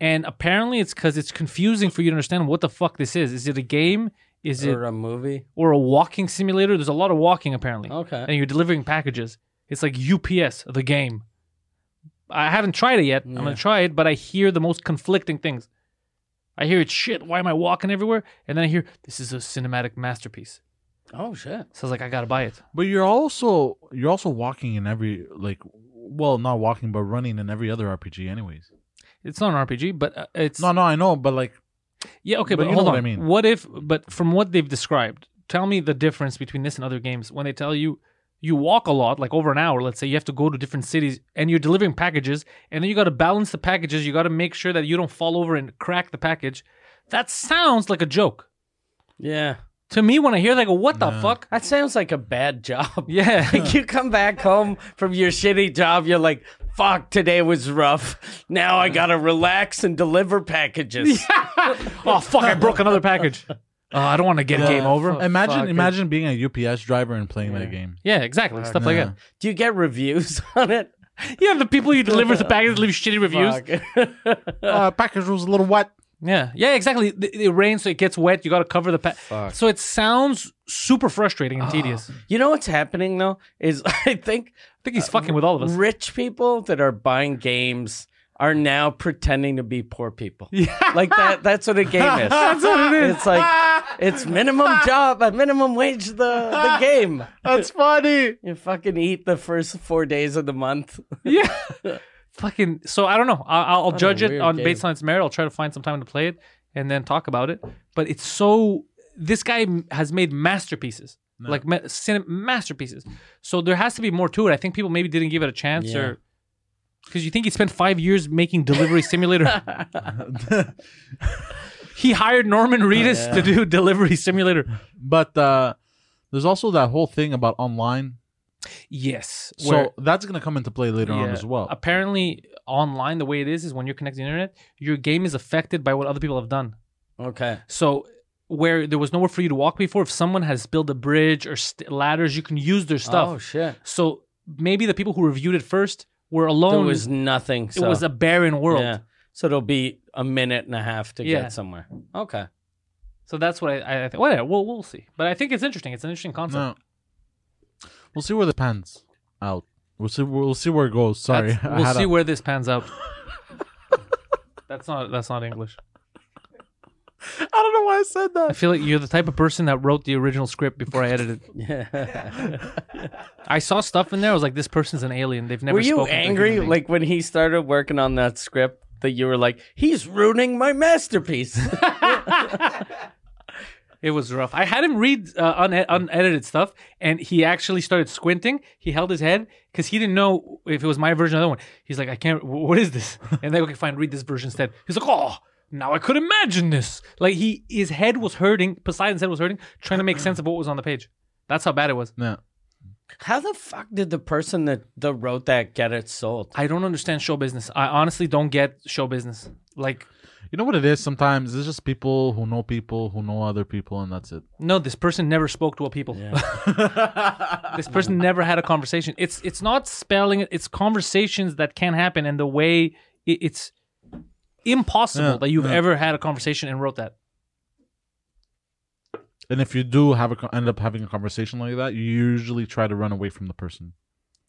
S1: And apparently, it's because it's confusing for you to understand what the fuck this is. Is it a game? Is it
S2: or a movie?
S1: or a walking simulator? There's a lot of walking apparently.
S2: Okay.
S1: And you're delivering packages. It's like UPS, the game. I haven't tried it yet. I'm gonna try it, but I hear the most conflicting things. I hear it's shit. Why am I walking everywhere? And then I hear this is a cinematic masterpiece.
S2: Oh shit.
S1: So I was like, I gotta buy it.
S3: But you're also you're also walking in every like, well, not walking but running in every other RPG, anyways.
S1: It's not an RPG, but uh, it's
S3: No, no, I know, but like,
S1: yeah okay. But,
S3: but you know
S1: hold
S3: what
S1: on.
S3: I mean.
S1: What if? But from what they've described, tell me the difference between this and other games. When they tell you you walk a lot, like over an hour, let's say you have to go to different cities and you're delivering packages, and then you got to balance the packages. You got to make sure that you don't fall over and crack the package. That sounds like a joke.
S2: Yeah.
S1: to me when I hear that, I go, "What the fuck?"
S2: That sounds like a bad job.
S1: Yeah. <laughs>
S2: <laughs> Like you come back home from your shitty job, you're like, fuck, today was rough. Now I gotta relax and deliver packages.
S1: oh fuck! I broke another package. Oh, I don't want to get
S3: Yeah.
S1: game over.
S2: fuck.
S3: uh, imagine
S2: fucking-
S3: imagine being a UPS driver and playing
S2: Yeah.
S3: that game.
S1: Yeah, exactly. Stuff like
S3: Yeah.
S1: that.
S2: Do you get reviews <laughs> on it?
S1: Yeah, the people you deliver the packages leave shitty reviews.
S2: Fuck.
S3: Uh, package was a little wet.
S1: Yeah, yeah, exactly. Th- It, rains, so it gets wet. You got to cover the pack.
S2: Fuck.
S1: So it sounds super frustrating and tedious. I
S2: you know what's happening though is <laughs> I think
S1: think he's fucking with all of us.
S2: rich people that are buying games are now pretending to be poor people. Like that that's what a game is. that's what it is. It's like it's minimum job, a minimum wage the the game.
S3: That's funny.
S2: You fucking eat the first 4 days of the month. <laughs>
S1: yeah. <laughs> fucking. So I don't know. I, I'll I'll
S2: a
S1: judge it
S2: weird
S1: on
S2: game.
S1: based on its merit. I'll try to find some time to play it and then talk about it. But it's so. This guy m- has made masterpieces, like ma- cine- masterpieces. So there has to be more to it. I think people maybe didn't give it a chance
S2: Yeah.
S1: or. Because you think he spent five years making Delivery Simulator? he hired Norman Reedus to do Delivery Simulator.
S3: But uh, there's also that whole thing about online.
S1: Yes.
S3: so that's gonna come into play later on
S1: Yeah.
S3: as well.
S1: apparently online the way it is is when you're connected to the internet, your game is affected by what other people have done.
S2: Okay.
S1: So where there was nowhere for you to walk before, if someone has built a bridge or st- ladders, you can use their stuff.
S2: Oh shit.
S1: so maybe the people who reviewed it first were
S2: There
S1: alone.
S2: was nothing. So.
S1: It was a barren world.
S2: Yeah. So it'll be a minute and a half to
S1: Yeah.
S2: get somewhere. Okay.
S1: So that's what I, I think. Whatever, we'll, we'll see. But I think it's interesting. It's an interesting concept.
S3: No. We'll see where the pans out. We'll see. We'll see where it goes. Sorry, <laughs>
S1: That's-
S3: I
S1: we'll
S3: had
S1: see
S3: a-
S1: where this pans
S3: <laughs>
S1: out. that's not that's not English.
S3: I don't know why I said
S1: I
S3: that.
S1: feel like you're the type of person that wrote the original script before I edited. it.
S2: <laughs>
S1: I saw stuff in there. I was like, this person's an alien. They've never.
S2: Were you
S1: spoken to a human
S2: angry
S1: being.
S2: like when he started working on that script that you were like, he's ruining my <laughs> masterpiece?
S1: it was rough? I had him read uh, une- unedited stuff, and he actually started squinting. He held his head because he didn't know if it was my version or the other one. He's like, I can't. wh- What is this? <laughs> And then okay, fine, read this version instead. He's like, oh. Now I could imagine this. Like he, his head was hurting. Poseidon's head was hurting, trying to make sense of what was on the page. That's how bad it was.
S3: No.
S2: How the fuck did the person that, that wrote that get it sold?
S1: I don't understand show business. I honestly don't get show business. Like,
S3: You know what it is? Sometimes it's just people who know people who know other people, and that's it.
S1: no, this person never spoke to a people. this person never had a conversation. It's it's not spelling. It's conversations that can happen, and the way it, it's impossible
S3: Yeah,
S1: that you've
S3: yeah.
S1: ever had a conversation and wrote that.
S3: And if you do have a co- end up having a conversation like that, you usually try to run away from the person.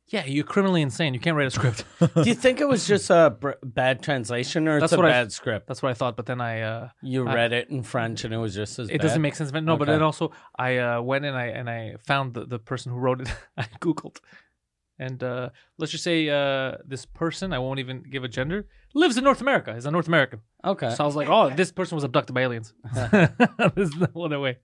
S1: Yeah, you're criminally insane. You can't write a script.
S2: Do you think it was just a br- bad translation or
S1: That's
S2: it's a
S1: what I-
S2: bad script?
S1: That's what I thought, but then I uh,
S2: You read it in French and it was just as
S1: it
S2: bad?
S1: doesn't make sense. But no, but
S2: Okay.
S1: then also I uh, went and I and I found the, the person who wrote it. <laughs> I googled, and uh, let's just say uh, this person I won't even give a gender lives in North America. Is a North American.
S2: Okay.
S1: So I was like, oh, this person was abducted by aliens. <laughs> There's no other way.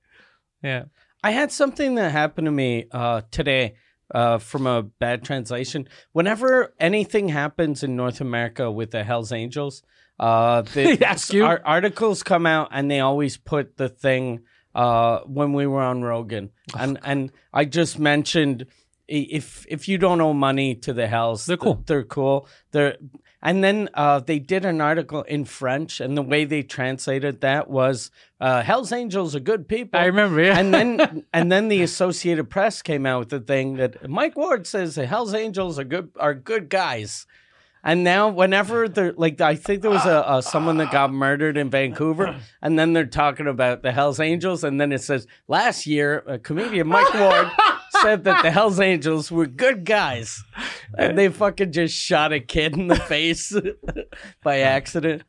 S1: Yeah.
S2: I had something that happened to me uh, today uh, from a bad translation. Whenever anything happens in North America with the Hells Angels,
S1: <laughs>
S2: uh, the,
S1: They ask you?
S2: Our articles come out and they always put the thing uh, when we were on Rogan,
S1: Oh,
S2: and and I just mentioned i- if if you don't owe money to the Hells,
S1: They're
S2: th-
S1: cool.
S2: they're cool. They're and then uh, they did an article in French, and the way they translated that was uh, Hells Angels are good people.
S1: I remember, yeah.
S2: and then and then the Associated Press came out with the thing that Mike Ward says the Hells Angels are good are good guys. And now, whenever they're like, I think there was a, a someone that got murdered in Vancouver, and then they're talking about the Hells Angels, and then it says last year a comedian Mike Ward said that the Hells Angels were good guys, and they fucking just shot a kid in the face <laughs> by accident.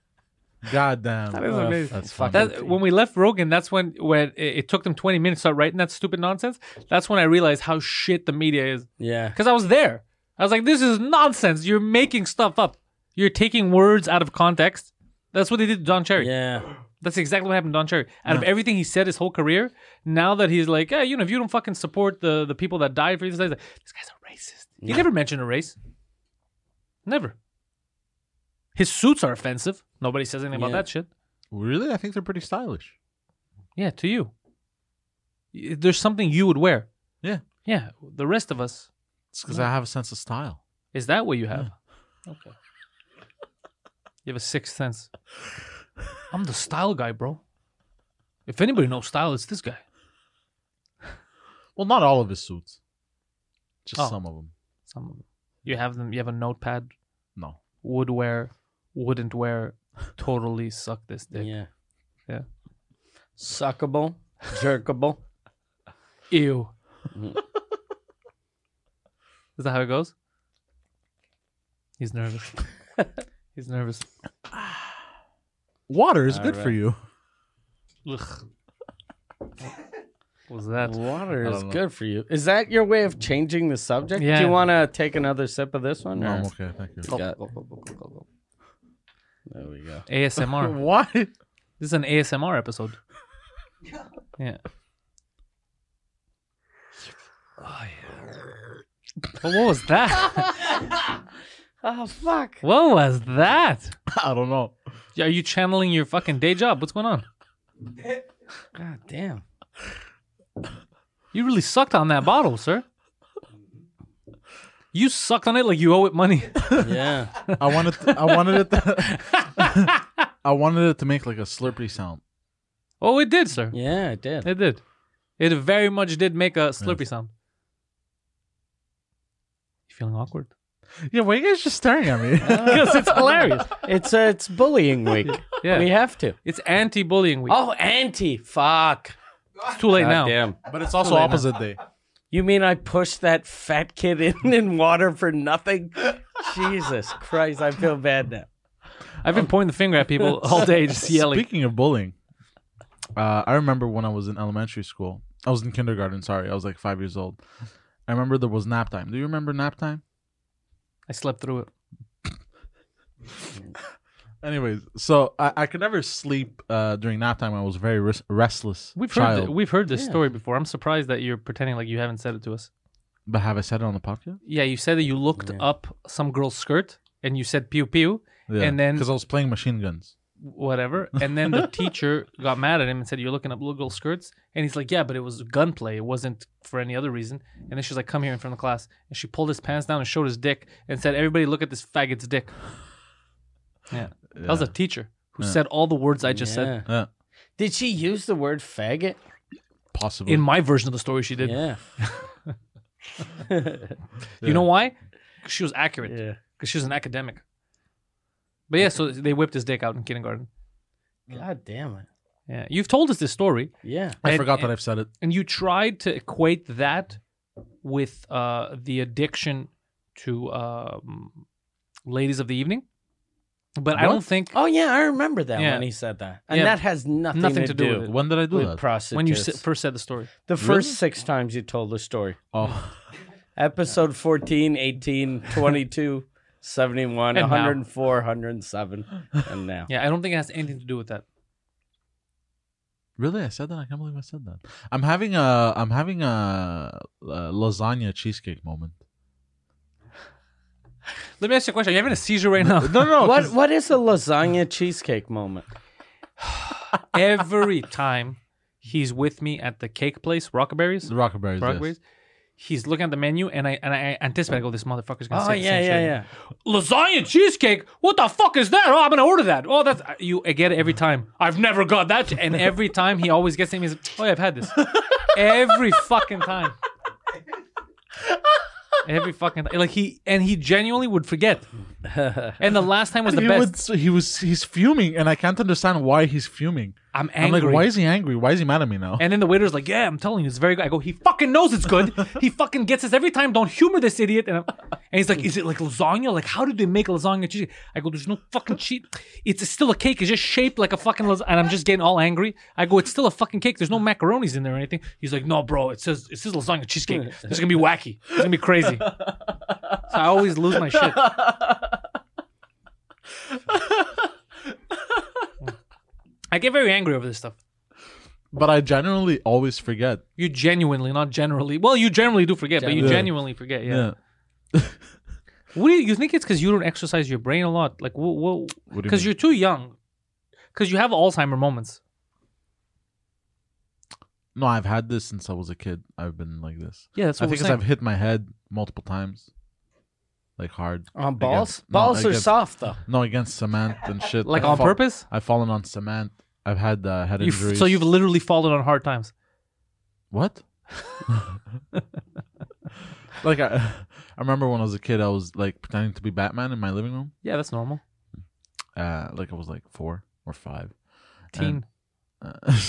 S3: Goddamn, that
S1: is amazing.
S3: That's funny.
S1: That, when we left Rogan, that's when when it, it took them 20 minutes to start writing that stupid nonsense. That's when I realized how shit the media is.
S2: Yeah,
S1: Because I was there. I was like, this is nonsense. You're making stuff up. You're taking words out of context. That's what they did to Don Cherry.
S2: yeah.
S1: That's exactly what happened to Don Cherry. Out of everything he said his whole career, now that he's like, hey, you know, if you don't fucking support the, the people that died for these guys, like, this guy's a racist. He never mentioned a race. Never. His suits are offensive. Nobody says anything about
S2: Yeah.
S1: that shit.
S3: really, I think they're pretty stylish.
S1: Yeah, to you. Y- There's something you would wear.
S3: Yeah,
S1: Yeah, the rest of us.
S3: it's because I have a sense of style.
S1: Is that what you have? Okay. You have a sixth sense. I'm the style guy, bro. If anybody knows style, it's this guy.
S3: Well, not all of his suits, just
S1: Oh.
S3: some of them.
S1: Some of them. You have them. You have a notepad.
S3: No,
S1: Would wear. Wouldn't wear. Totally suck this dick.
S2: Yeah.
S1: Yeah.
S2: Suckable, jerkable.
S1: Ew. Is that how it goes? He's nervous. He's nervous.
S3: water is
S2: All
S3: good for
S2: right.
S3: you.
S1: <laughs> Ugh. What was that?
S2: Water
S3: I
S2: is
S3: don't know.
S2: good for you. Is that your way of changing the subject? Do
S1: Yeah.
S2: you want to take another sip of this one?
S3: No,
S2: or-
S3: I'm okay, thank you. <laughs>
S2: You got- There we go.
S1: <laughs> ASMR.
S3: Why?
S1: this is an ASMR
S2: <laughs>
S1: episode. Yeah. Oh, what was that?
S2: <laughs> Oh, fuck.
S1: what was that?
S3: I don't know.
S1: Are you channeling your fucking day job? What's going on?
S2: God damn.
S1: You really sucked on that bottle, sir. You sucked on it like you owe it <laughs> money.
S2: Yeah.
S3: I wanted. I wanted it. To, <laughs> I wanted it to make like a slurpy sound.
S1: Oh, it did, sir.
S2: Yeah, it
S1: <laughs>
S2: did.
S1: It did. It very much did make a slurpy sound. You feeling awkward? <laughs>
S3: Yeah, why are you guys just staring at me?
S1: Because it's hilarious.
S2: It's uh, it's bullying week.
S1: Yeah.
S2: We have to.
S1: It's anti-bullying week.
S2: Oh, anti. Fuck.
S1: it's too late
S2: God
S1: now.
S2: damn.
S3: but <laughs> it's also opposite day.
S2: You mean I pushed that fat kid in <laughs> in water for nothing? Jesus Christ, I feel bad now.
S1: I've been pointing the finger at people all day, just yelling.
S3: Speaking of bullying, uh, I remember when I was in elementary school. I was in kindergarten. Sorry, I was like five years old. I remember there was nap time. Do you remember nap time?
S1: I slept through it.
S3: Anyways, so I, I could never sleep uh, during nap time. I was a very res- restless
S1: We've heard
S3: child.
S1: th- we've heard this story before. I'm surprised that you're pretending like you haven't said it to us.
S3: but have I said it on the podcast?
S1: Yeah, you said that you looked up some girl's skirt and you said pew pew and then
S3: because I was playing machine guns.
S1: whatever. And then the teacher got mad at him and said, You're looking up little girl skirts? And he's like, Yeah, but it was gunplay. It wasn't for any other reason. And then she's like, Come here in front of class. And she pulled his pants down and showed his dick and said, Everybody look at this faggot's dick. Yeah. That was a teacher who said all the words I just said.
S2: Yeah.
S3: Yeah,
S2: Did she use the word faggot?
S3: possibly.
S1: In my version of the story, she did.
S2: Yeah.
S1: <laughs> You know why? 'Cause she was accurate.
S2: Yeah.
S1: Because she was an academic. But yeah, so they whipped his dick out in kindergarten.
S2: <laughs> God damn it.
S1: Yeah. You've told us this story.
S2: Yeah.
S3: I
S1: and-
S3: forgot that
S1: and-
S3: I've said it.
S1: and you tried to equate that with uh, the addiction to um, ladies of the evening, but I don't think
S2: Oh yeah, I remember that
S1: Yeah.
S2: when he said that, and
S1: Yeah.
S2: that has nothing,
S1: Nothing to do with it.
S3: When did I do
S2: with
S3: that?
S2: prostitutes.
S1: when you s- first said the story.
S2: the first six times you told the story,
S3: oh, <laughs>
S2: episode
S1: <laughs>
S2: 14, 18, 22, 71,
S1: And now.
S2: 104, 107, and now.
S1: <laughs> Yeah, I don't think it has anything to do with that.
S3: really? I said that. I can't believe I said that. I'm having a I'm having a, uh lasagna cheesecake moment.
S1: Let me ask you a question: Are you having a seizure right now?
S3: No, no.
S2: What what is a lasagna cheesecake moment?
S1: <laughs> Every time he's with me at the cake place, Rockaberries,
S3: The Rockaberries.
S1: Rockaberries, he's looking at the menu, and I and I anticipate, I go, "This motherfucker's gonna
S2: Oh
S1: say the
S2: yeah,
S1: same
S2: yeah,
S1: shit."
S2: yeah.
S1: lasagna cheesecake. What the fuck is that? Oh, I'm gonna order that. Oh, that's you. I get it
S3: Mm.
S1: every time. I've never got that, and every time he always gets it. and He's like, oh, yeah, I've had this every fucking time. Every fucking time. like he and he genuinely would forget. And the last time was the
S3: he
S1: best.
S3: would. He was. He's fuming, and I can't understand why he's fuming.
S1: I'm
S3: I'm
S1: angry.
S3: like, why is he angry? Why is he mad at me now?
S1: <laughs> and then the waiter's like, "Yeah, I'm telling you, it's very good." I go, "He fucking knows it's good. he fucking gets this every time. Don't humor this idiot." And, I'm, and he's like, "Is it like lasagna? Like, how did they make lasagna cheese?" I go, "There's no fucking cheese. It's still a cake. It's just shaped like a fucking lasagna." And I'm just getting all angry. I go, "It's still a fucking cake. There's no macaronis in there or anything." He's like, "No, bro. It says it says lasagna cheesecake. It's gonna be wacky. It's gonna be crazy." So I always lose my shit. I get very angry over this stuff.
S3: but I generally always forget.
S1: You genuinely, not generally. Well, you generally do forget, but you
S3: Generally. Yeah.
S1: genuinely forget. Yeah.
S3: Yeah.
S1: What do you, you think it's because you don't exercise your brain a lot? Like, what?
S3: What do you
S1: Because
S3: mean?
S1: you are too young. Because you have Alzheimer moments.
S3: No, I've had this since I was a kid. I've been like this.
S1: Yeah, that's
S3: I
S1: what
S3: think
S1: we're
S3: as I've
S1: saying.
S3: hit my head multiple times, like hard
S2: On
S3: Against-
S2: Uh, balls?
S3: no,
S2: balls are
S3: against-
S2: soft though.
S3: No, against cement and shit.
S1: Like
S3: I've
S1: on
S3: fall-
S1: purpose?
S3: I've fallen on cement. I've had uh, head
S1: You've-
S3: injuries.
S1: so you've literally fallen on hard times. <laughs>
S3: What? <laughs> like I, I remember when I was a kid, I was like pretending to be Batman in my living room.
S1: Yeah, that's normal.
S3: Uh, like I was like four or five.
S1: Teen.
S3: Uh, <laughs>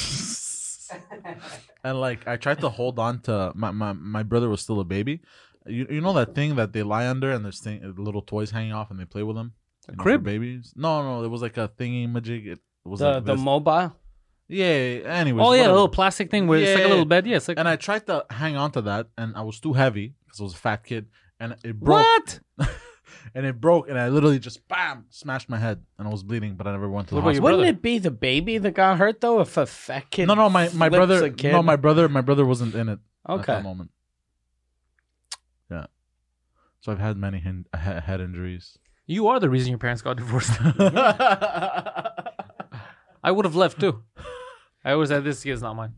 S3: and like I tried to hold on to my my, my brother was still a baby. You, you know that thing that they lie under and there's thing, little toys hanging off and they play with them. A
S1: crib?
S3: babies? No, no, it was like a thingy majig. It was
S2: The
S3: like
S2: the
S3: this.
S2: mobile.
S3: yeah. Anyways,
S1: oh yeah, a
S3: whatever.
S1: little plastic thing where it's like a
S3: Yeah.
S1: little bed. Yeah, it's like
S3: And I tried to hang on to that, and I was too heavy because I was a fat kid, and it broke.
S1: what?
S3: <laughs> and it broke, and I literally just bam smashed my head, and I was bleeding, but I never went to
S1: What
S3: the
S1: about your
S3: hospital.
S2: Wouldn't
S1: brother.
S2: it be the baby that got hurt though? If a fat kid.
S3: No, no, my my
S2: flips
S3: brother,
S2: a kid?
S3: no, my brother, my brother wasn't in it at
S2: Okay.
S3: that moment. Yeah, so I've had many hen- he- <laughs> head injuries.
S1: You are the reason your parents got
S3: <laughs>
S1: divorced. I would have left too. I always had this kid's not mine.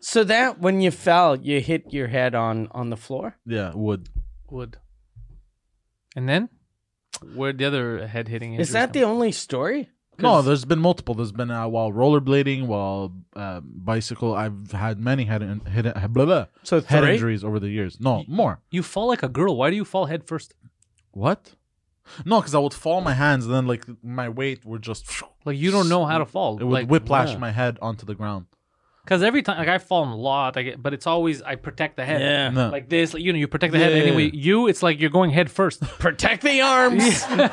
S2: So that when you fell, you hit your head on on the floor.
S3: Yeah, wood.
S1: Would. And then, where the other head hitting
S2: Is that the only story?
S3: No, there's been multiple. There's been uh, while rollerblading, while uh, bicycle. I've had many head in- head blah, blah,
S2: So
S3: head
S2: three?
S3: injuries over the years. No, more.
S1: You fall like a girl. Why do you fall head first?
S3: What? No, because I would fall on my hands, and then like my weight would just
S1: Like you don't know how to fall.
S3: it would
S1: like,
S3: whiplash
S2: yeah.
S3: my head onto the ground.
S1: Because every time, like I've fallen a lot, I get, but it's always I protect the head.
S2: Yeah.
S3: No.
S1: Like this, like, you know, you protect the head
S3: Yeah.
S1: anyway. You, it's like you're going head first.
S2: <laughs> Protect the arms. Protect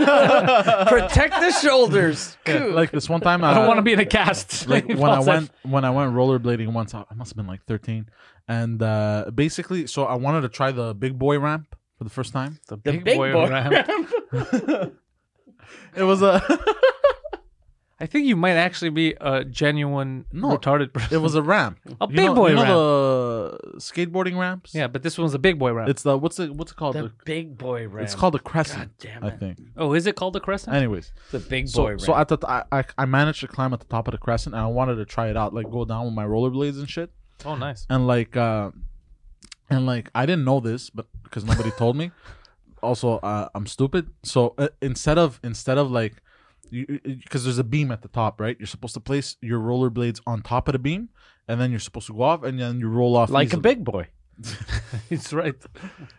S2: the
S3: <laughs>
S2: shoulders. Cool.
S3: like this one time,
S1: I don't
S3: uh,
S1: want to be in a cast. <laughs>
S3: <laughs> like
S1: He
S3: when I
S1: falls head-
S3: went when I went rollerblading once. I I must have been like thirteen, and uh, basically, so I wanted to try the big boy ramp for the first time.
S1: the
S2: the
S1: big,
S2: big
S1: boy,
S2: boy
S1: ramp.
S2: <laughs>
S3: <laughs> It was a
S1: <laughs> I think you might actually be a genuine
S3: No.
S1: retarded person.
S3: it was a ramp,
S1: <laughs> A
S3: You
S1: big
S3: know-
S1: boy
S3: You know the skateboarding ramps?
S1: yeah, but this one's a big boy ramp.
S3: it's the what's it what's it called?
S2: the
S3: The-
S2: big boy ramp.
S3: it's called the crescent.
S2: damn
S3: I
S2: it.
S3: think.
S1: oh, is it called the crescent?
S3: Anyways,
S2: the big
S3: So,
S2: boy
S3: so
S2: ramp.
S3: at the t- I, I I managed to climb at the top of the crescent and I wanted to try it out, like go down with my rollerblades and shit.
S1: oh, nice.
S3: And like uh and like I didn't know this, but because nobody told
S2: <laughs>
S3: me. Also, uh, I'm stupid. So uh, instead of instead of like because there's a beam at the top, right? You're supposed to place your rollerblades on top of the beam, and then you're supposed to go off, and then you roll off
S2: like
S3: easily.
S2: a big boy. <laughs>
S1: it's right.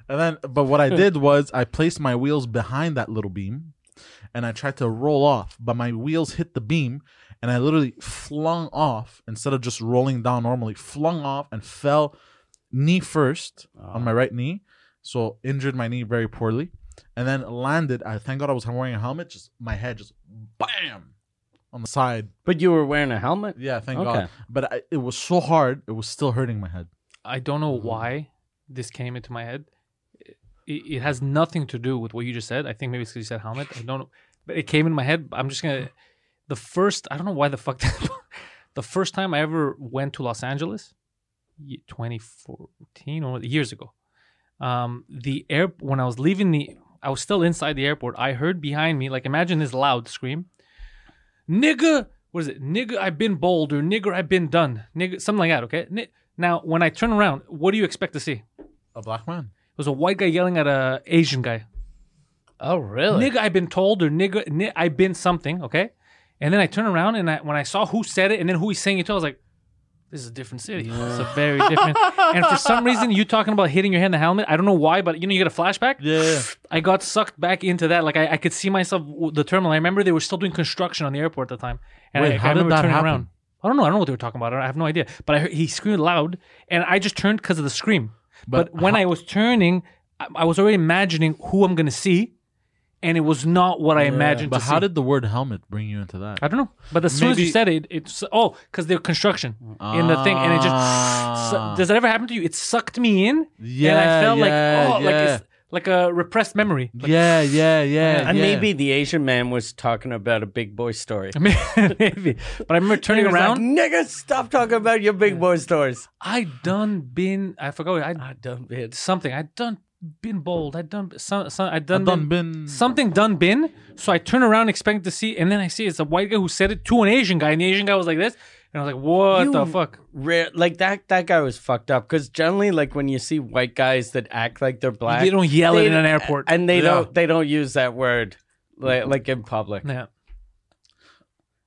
S3: And then, but what I did was I placed my wheels behind that little beam, and I tried to roll off, but my wheels hit the beam, and I literally flung off instead of just rolling down normally. Flung off and fell knee first on my right knee, so injured my knee very poorly, and then landed. I thank God I was wearing a helmet. Just my head just bam on the side.
S2: But you were wearing a helmet.
S3: Yeah, thank
S2: Okay.
S3: God. But I, it was so hard; it was still hurting my head.
S1: I don't know why this came into my head. It, it has nothing to do with what you just said. I think maybe it's because you said helmet. I don't know. But it came in my head. I'm just going to. The first, I don't know why the fuck. <laughs> the first time I ever went to Los Angeles, ye- 2014 or years ago, um, the air, when I was leaving the, I was still inside the airport. I heard behind me, like, imagine this loud scream nigga, what is it? Nigga, I've been bold or nigger, I've been done. Nigga, something like that, okay? Ni- now, when I turn around, what do you expect to see? It
S3: A black man.
S1: was a white guy yelling at a Asian guy.
S2: Oh really?
S1: Nigga, I've been told or nigga, ni- I've been something, okay? And then I turn around and I, when I saw who said it and then who he's saying it to, I was like, this is a different city. It's a very
S3: <laughs>
S1: different. and for some reason, you talking about hitting your head in the helmet. I don't know why, but you know, you get a flashback.
S3: Yeah.
S1: I got sucked back into that. Like I, I could see myself w- the terminal. I remember they were still doing construction on the airport at the time. And
S3: Wait,
S1: I,
S3: how
S1: I
S3: did
S1: remember
S3: that
S1: turning
S3: happen?
S1: around. I don't know. I don't know what they were talking about. I have no idea. But I heard, he screamed loud, and I just turned because of the scream. But,
S3: But
S1: when I was turning, I, I was already imagining who I'm gonna see, and it was not what I imagined.
S3: But
S1: to
S3: how
S1: see.
S3: did the word helmet bring you into that?
S1: I don't know. But as soon as you
S3: Maybe-
S1: said it, it's oh, because they're construction in the thing, and it just
S3: Ah.
S1: su- does that ever happen to you? It sucked me in, and I
S3: Yeah,
S1: felt
S3: yeah,
S1: like oh, like
S3: yeah.
S1: it's, like a repressed memory. Like,
S3: yeah, yeah, yeah.
S2: And
S3: yeah.
S2: maybe the Asian man was talking about a big boy story.
S1: <laughs> Maybe. But I remember turning
S2: He was
S1: around.
S2: like, nigga, stop talking about your big boy stories.
S1: I done been. I forgot. I
S2: I don't be it.
S1: something. I done been bold. I done some. some I done,
S3: I've done
S1: been,
S3: been.
S1: something. Done been. So I turn around expecting to see, and then I see it's a white guy who said it to an Asian guy, and the Asian guy was like this, and I was like, "What
S2: You-
S1: the fuck?"
S2: Rare, like that. That guy was fucked up. Because generally, like when you see white guys that act like they're black,
S1: They don't yell it
S2: they-
S1: in an airport.
S2: and they
S3: Yeah.
S2: don't they don't use that word like like in public.
S1: yeah.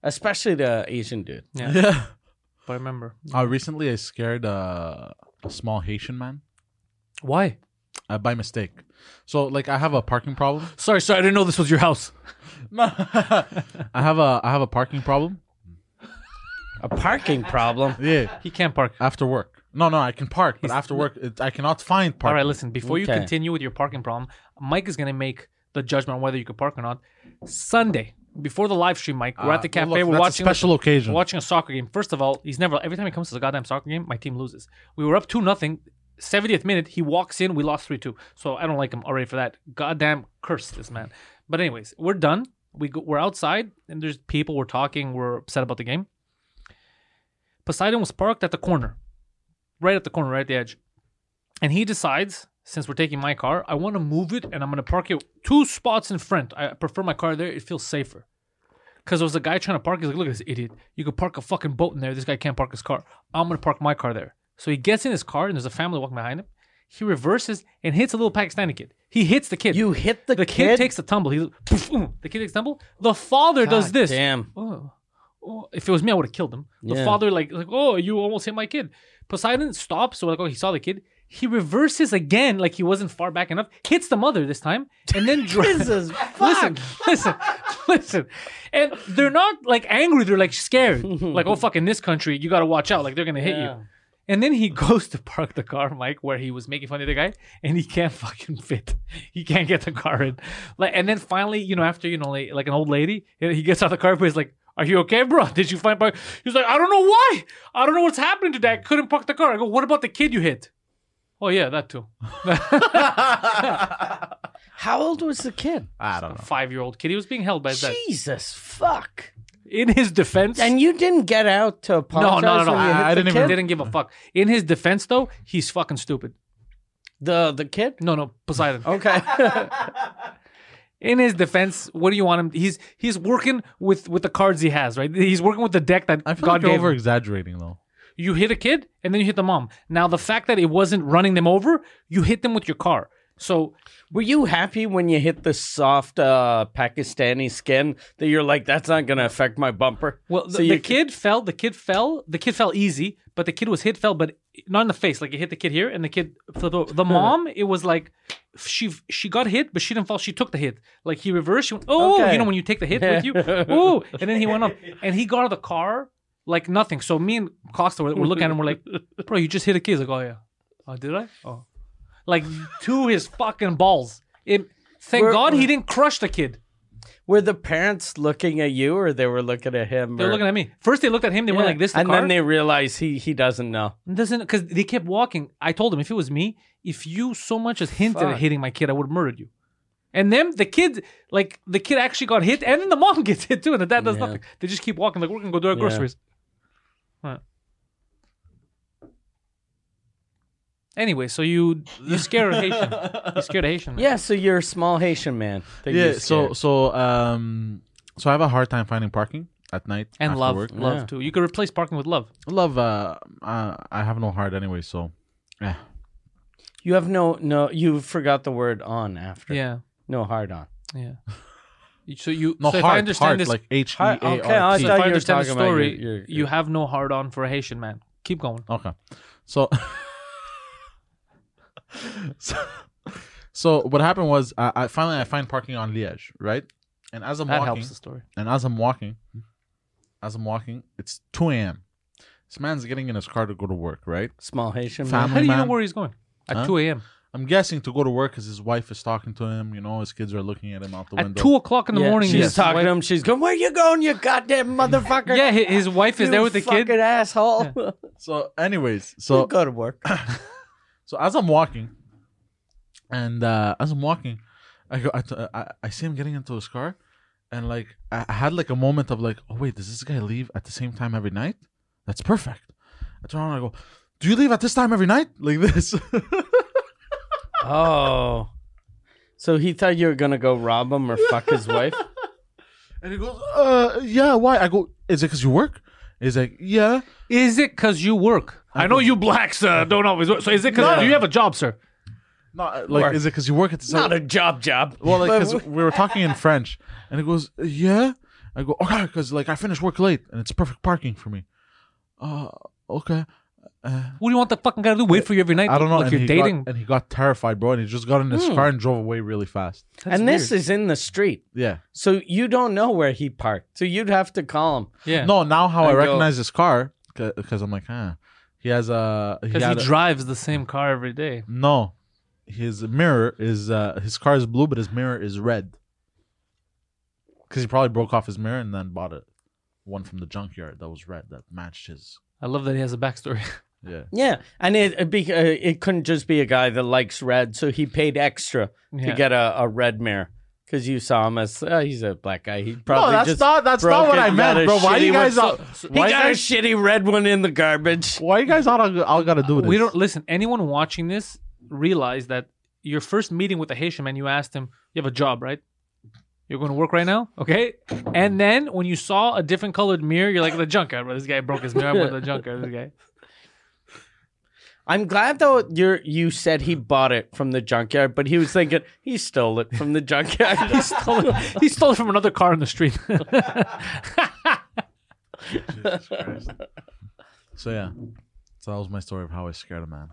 S2: especially the Asian dude.
S1: Yeah,
S3: Yeah.
S1: but I remember.
S3: Uh, recently, I scared uh, a small Haitian man
S1: Why?
S3: uh, by mistake. So, like, I have a parking
S2: <laughs>
S3: problem.
S1: Sorry, sorry, I didn't know this was your house.
S3: I have a I have a parking problem.
S2: A parking
S1: <laughs>
S2: problem.
S3: Yeah,
S1: He can't park.
S3: after work. No, no, I can park, but after work, it, I cannot find parking.
S1: All right, listen. Before you
S2: Okay.
S1: continue with your parking problem, Mike is gonna make the judgment on whether you could park or not. Sunday before the live stream, Mike, we're
S3: Uh,
S1: at the cafe.
S3: look,
S1: we're
S3: that's a
S1: watching
S3: special occasion.
S1: We're watching a soccer game. First of all, he's never. Every time he comes to the goddamn soccer game, my team loses. We were up two nothing. 70th minute, he walks in. We lost three two. So I don't like him already for that. Goddamn curse this man. But anyways, we're done. We go, we're outside and there's people. We're talking. We're upset about the game. Poseidon was parked at the corner, right at the corner, right at the edge. And he decides, since we're taking my car, I want to move it and I'm going to park it two spots in front. I prefer my car there. It feels safer. Because there was a guy trying to park. He's like, look at this idiot. You could park a fucking boat in there. This guy can't park his car. I'm going to park my car there. So he gets in his car and there's a family walking behind him. He reverses and hits a little Pakistani kid. He hits the kid.
S2: You hit the,
S1: the kid, takes a tumble. He poof, mm, the kid takes a tumble. The father does
S2: God
S1: this.
S2: Damn.
S1: Oh, oh, if it was me, I would have killed him. The
S2: Yeah.
S1: father, like, like, oh, you almost hit my kid. Poseidon stops, so like, oh, he saw the kid. He reverses again, like he wasn't far back enough. Hits the mother this time, and then drives. <laughs>
S2: Jesus,
S1: listen, listen, listen. And they're not like angry; they're like
S2: <laughs>
S1: scared. like, oh, fuck! In this country, you gotta watch out. Like they're gonna hit
S2: Yeah.
S1: you. And then he <laughs> goes to park the car, Mike, where he was making fun of the guy, and he can't fucking fit. He can't get the car in. Like, and then finally, you know, after you know, like, like an old lady, he gets out the car, but he's like, "Are you okay, bro? Did you find park?" He's like, "I don't know why. I don't know what's happening today. I couldn't park the car." I go, "What about the kid you hit?" Oh yeah, that too.
S2: How old was the kid?
S3: I don't
S1: A
S3: know.
S1: five-year-old kid. He was being held by his dad.
S2: Jesus, fuck.
S1: In his defense,
S2: And you didn't get out to
S1: no,
S2: apologize.
S1: no, no,
S2: when you hit
S3: I- I
S2: the
S3: didn't
S2: kid?
S3: even-
S1: didn't give a fuck. In his defense, though, he's fucking stupid.
S2: The the kid.
S1: No, no, Poseidon.
S3: Oh.
S1: <laughs>
S2: Okay.
S1: in his defense, what do you want him? He's he's working with with the cards he has, right? He's working with the deck that
S3: I feel
S1: God
S3: like you're
S1: gave.
S3: over
S1: him.
S3: exaggerating though.
S1: You hit a kid and then you hit the mom. Now the fact that it wasn't running them over, you hit them with your car. So
S2: Were you happy when you hit the soft uh, Pakistani skin that you're like, that's not going to affect my bumper?
S1: well, the,
S2: So
S1: the
S2: you-
S1: kid fell. The kid fell. The kid fell easy, but the kid was hit fell, but not in the face. Like it hit the kid here, and the kid flipped over. The mom, it was like she she got hit, but she didn't fall. She took the hit. Like he reversed. She went, oh,
S2: Okay.
S1: you know when you take the hit with you, ooh, and then he went off, and he got out of the car like nothing. So me and Costa were, were looking at him. We're like, bro, you just hit a kid. He's like, oh yeah, oh did I? Oh, like to his fucking balls. It, thank
S2: We're-
S1: God he didn't crush the kid.
S2: Were the parents looking at you or they were looking at him?
S1: They're looking at me. First they looked at him. They went like this. to the
S2: and
S1: car.
S2: then they realize he, he doesn't know.
S1: Doesn't because they kept walking. I told them if it was me, if you so much as hinted at
S2: Fuck.
S1: hitting my kid, I would have murdered you. And then the kid, like the kid actually got hit, and then the mom <laughs> gets hit too, and the dad does
S2: Yeah.
S1: nothing. They just keep walking, like we're gonna go do our
S2: Yeah.
S1: groceries. Right. Anyway, so you you scared a Haitian. You scared a Haitian. man.
S2: Yeah, so you're a small Haitian man. that you
S3: Yeah. So
S2: scared.
S3: so um so I have a hard time finding parking at night
S1: And
S3: after
S1: love,
S3: Work.
S1: love
S2: Yeah.
S1: too. You could replace parking with love.
S3: Love. Uh, uh, I have no heart anyway. So, eh.
S2: you have no, no, you forgot the word on after.
S1: Yeah,
S2: No hard on. <laughs>
S1: yeah. So you,
S3: no
S1: so if I
S3: heart.
S1: understand
S3: Heart
S1: this,
S3: like H E
S2: Heart,
S3: A
S2: okay, I
S3: R T.
S1: So if I
S2: you were
S1: understand the
S2: talking about your-
S1: story,
S2: your- your-
S1: you have no hard on for a Haitian man. Keep going.
S3: Okay. So, <laughs> so, so what happened was I, I finally I find parking on Liège, right? And as I'm
S1: That
S3: walking,
S1: helps the story.
S3: and as I'm walking, as I'm walking, it's 2 a.m. This man's getting in his car to go to work, right?
S2: Small Haitian
S3: Fam-
S2: man.
S1: How do you know
S3: man.
S1: where he's going? At
S3: Huh?
S1: 2 a.m.
S3: I'm guessing to go to work because his wife is talking to him. You know, his kids are looking at him out the
S1: At
S3: window.
S1: 2 o'clock in the
S2: Yeah,
S1: morning,
S2: she's
S1: his
S2: talking
S1: wife-
S2: to him. She's going, "Where you going, you goddamn motherfucker?"
S1: Yeah, hi- his wife is
S2: You
S1: there with the
S2: fucking
S1: kid.
S2: asshole. <laughs>
S3: so, anyways, so
S2: go to work.
S3: So as I'm walking, and uh, as I'm walking, I go, I, t- I, I see him getting into his car, and like I, I had like a moment of like, oh wait, does this guy leave at the same time every night? That's perfect. I turn around and I go, do you leave at this time every night? Like this? <laughs>
S2: Oh. So he thought you were gonna go rob him or fuck
S1: <laughs>
S2: his wife?
S3: and he goes, uh, yeah. Why? I go, is it because you work? He's like, yeah.
S1: Is it because you work? I know you blacks uh, don't always work. So is it because you have a job, sir?
S3: Not uh, like, is it because you work at the same?
S2: job, job.
S1: <laughs>
S3: Well, like because we were talking in French, and it goes, yeah, I go, okay, because like I finish work late and it's perfect parking for me. Uh, okay.
S1: What do you want the fucking guy to do? Wait for you every night?
S3: I don't know.
S1: Like
S3: and
S1: you're
S3: he
S1: dating. Hmm.
S3: Got, and he got terrified, bro. And he just got in his car and drove away really fast.
S2: and this is in the street.
S3: Yeah.
S2: So you don't know where he parked. So you'd have to call him.
S1: yeah.
S3: No, now how
S2: I
S3: I,
S2: go-
S3: recognize his car because I'm like, huh, he has a he
S1: because he
S3: had a-
S1: drives the same car every day.
S3: no, his mirror is uh his car is blue, but his mirror is red. Because he probably broke off his mirror and then bought a one from the junkyard that was red that matched his.
S1: I love that he has a backstory.
S3: Yeah.
S2: Yeah, and it it, be, uh, it couldn't just be a guy that likes red, so he paid extra to
S1: Yeah.
S2: get a, a red mirror because you saw him as uh, he's a black guy. He probably
S3: No, that's
S2: just
S3: not that's
S2: broke
S3: not what
S2: it
S3: I
S2: and got
S3: meant,
S2: a
S3: bro. Why
S2: shitty
S3: you guys
S2: one.
S3: all,
S2: He
S3: why you
S2: got a
S3: guys
S2: shitty red one in the garbage.
S3: why you guys all all gotta do this?
S1: We don't listen. Anyone watching this realize that your first meeting with a Haitian man, you asked him, "You have a job, right? You're going to work right now, okay?" And then when you saw a different colored mirror, you're like, "The junker, bro. This guy broke his mirror. I'm with the junker. This guy." <laughs>
S2: I'm glad though you you said he bought it from the junkyard, but he was thinking he stole it from the junkyard. <laughs> he stole it.
S1: he stole it from another car on the street. <laughs>
S3: So yeah, so that was my story of how I scared a man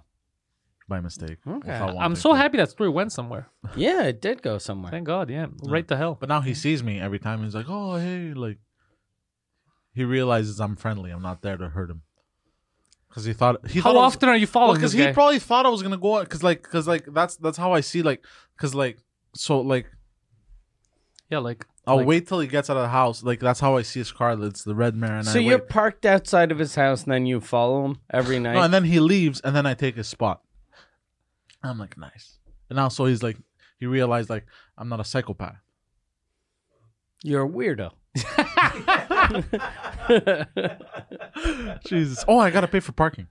S3: by mistake. without
S1: I'm
S3: wanting
S1: so
S3: to.
S1: happy that story went somewhere.
S2: Yeah, it did go somewhere.
S1: Thank God. Yeah, right to hell.
S3: But now he sees me every time. He's like, "Oh, hey!" Like he realizes I'm friendly. I'm not there to hurt him. Because he thought he
S1: How
S3: thought I was-
S1: often are you following
S3: Because
S1: this
S3: he
S1: guy?
S3: probably thought I was gonna go out. Because like, because like that's that's how I see like, because like so like
S1: yeah, like
S3: I'll
S1: like,
S3: wait till he gets out of the house. Like that's how I see his car. It's the red mare, and
S2: So
S3: I
S2: you're
S3: wait.
S2: parked outside of his house, and then you follow him every night.
S3: No, and then he leaves, and then I take his spot. I'm like, nice. And now so he's like, he realized like I'm not
S1: <laughs>
S3: a psychopath.
S2: you're a weirdo.
S3: Jesus. Oh, I gotta pay for parking.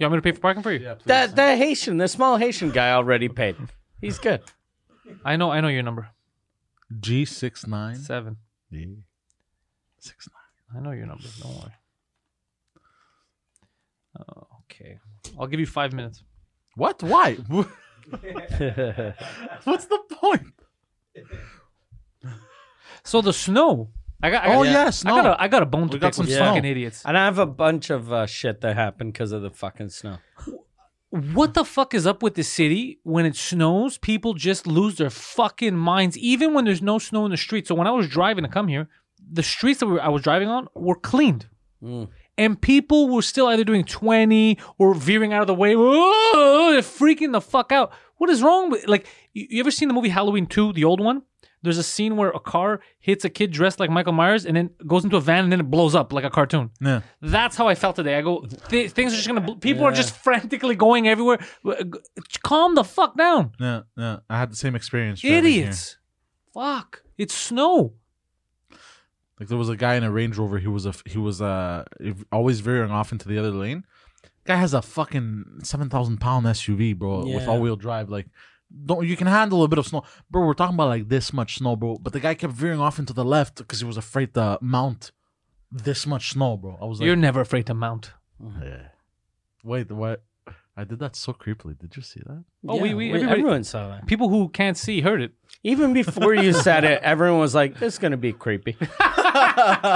S1: You want me to pay for parking for you? Yeah.
S2: That that Haitian, the small Haitian guy, already paid. He's good.
S1: I know. I know your number.
S3: G six nine.
S1: Seven.
S3: Six nine.
S1: I know your number. Don't worry. Oh, okay. I'll give you five minutes.
S3: What? <laughs> Why? What's the point?
S1: So the snow. I got. I got
S3: Oh, yes,
S1: I got.
S3: no.
S1: A, I got a bone to
S3: We got
S1: pick with
S3: some
S1: fucking
S3: snow.
S1: idiots.
S2: And I have a bunch of uh, shit that happened because of the fucking snow.
S1: What the fuck is up with this city? When it snows, people just lose their fucking minds. Even when there's no snow in the street. So when I was driving to come here, the streets that we were, I was driving on were cleaned. And people were still either doing 20 or veering out of the way. Whoa, they're freaking the fuck out. What is wrong with like you, you ever seen the movie Halloween 2, the old one? There's a scene where a car hits a kid dressed like Michael Myers and then goes into a van and then it blows up like a cartoon.
S3: Yeah.
S1: That's how I felt today. I go, th- things are just gonna. Bl- people are just frantically going everywhere. W- g- Calm the fuck down,
S3: Yeah, yeah. I had the same experience. driving here.
S1: idiots. Fuck, it's snow.
S3: Like there was a guy in a Range Rover. He was a he was uh always veering off into the other lane. Guy has a fucking seven thousand pound SUV, bro, with
S2: Yeah.
S3: all wheel drive. Like, don't you can handle a bit of snow, bro? We're talking about like this much snow, bro. But the guy kept veering off into the left because he was afraid to mount this much snow, bro. I was like,
S1: You're never afraid to mount.
S3: Yeah. Wait, what? I did that so creepily. Did you see that?
S1: Oh, we- we- everybody-
S2: everyone saw that.
S1: People who can't see heard it.
S2: Even before you said it, everyone was like, "This is gonna be creepy."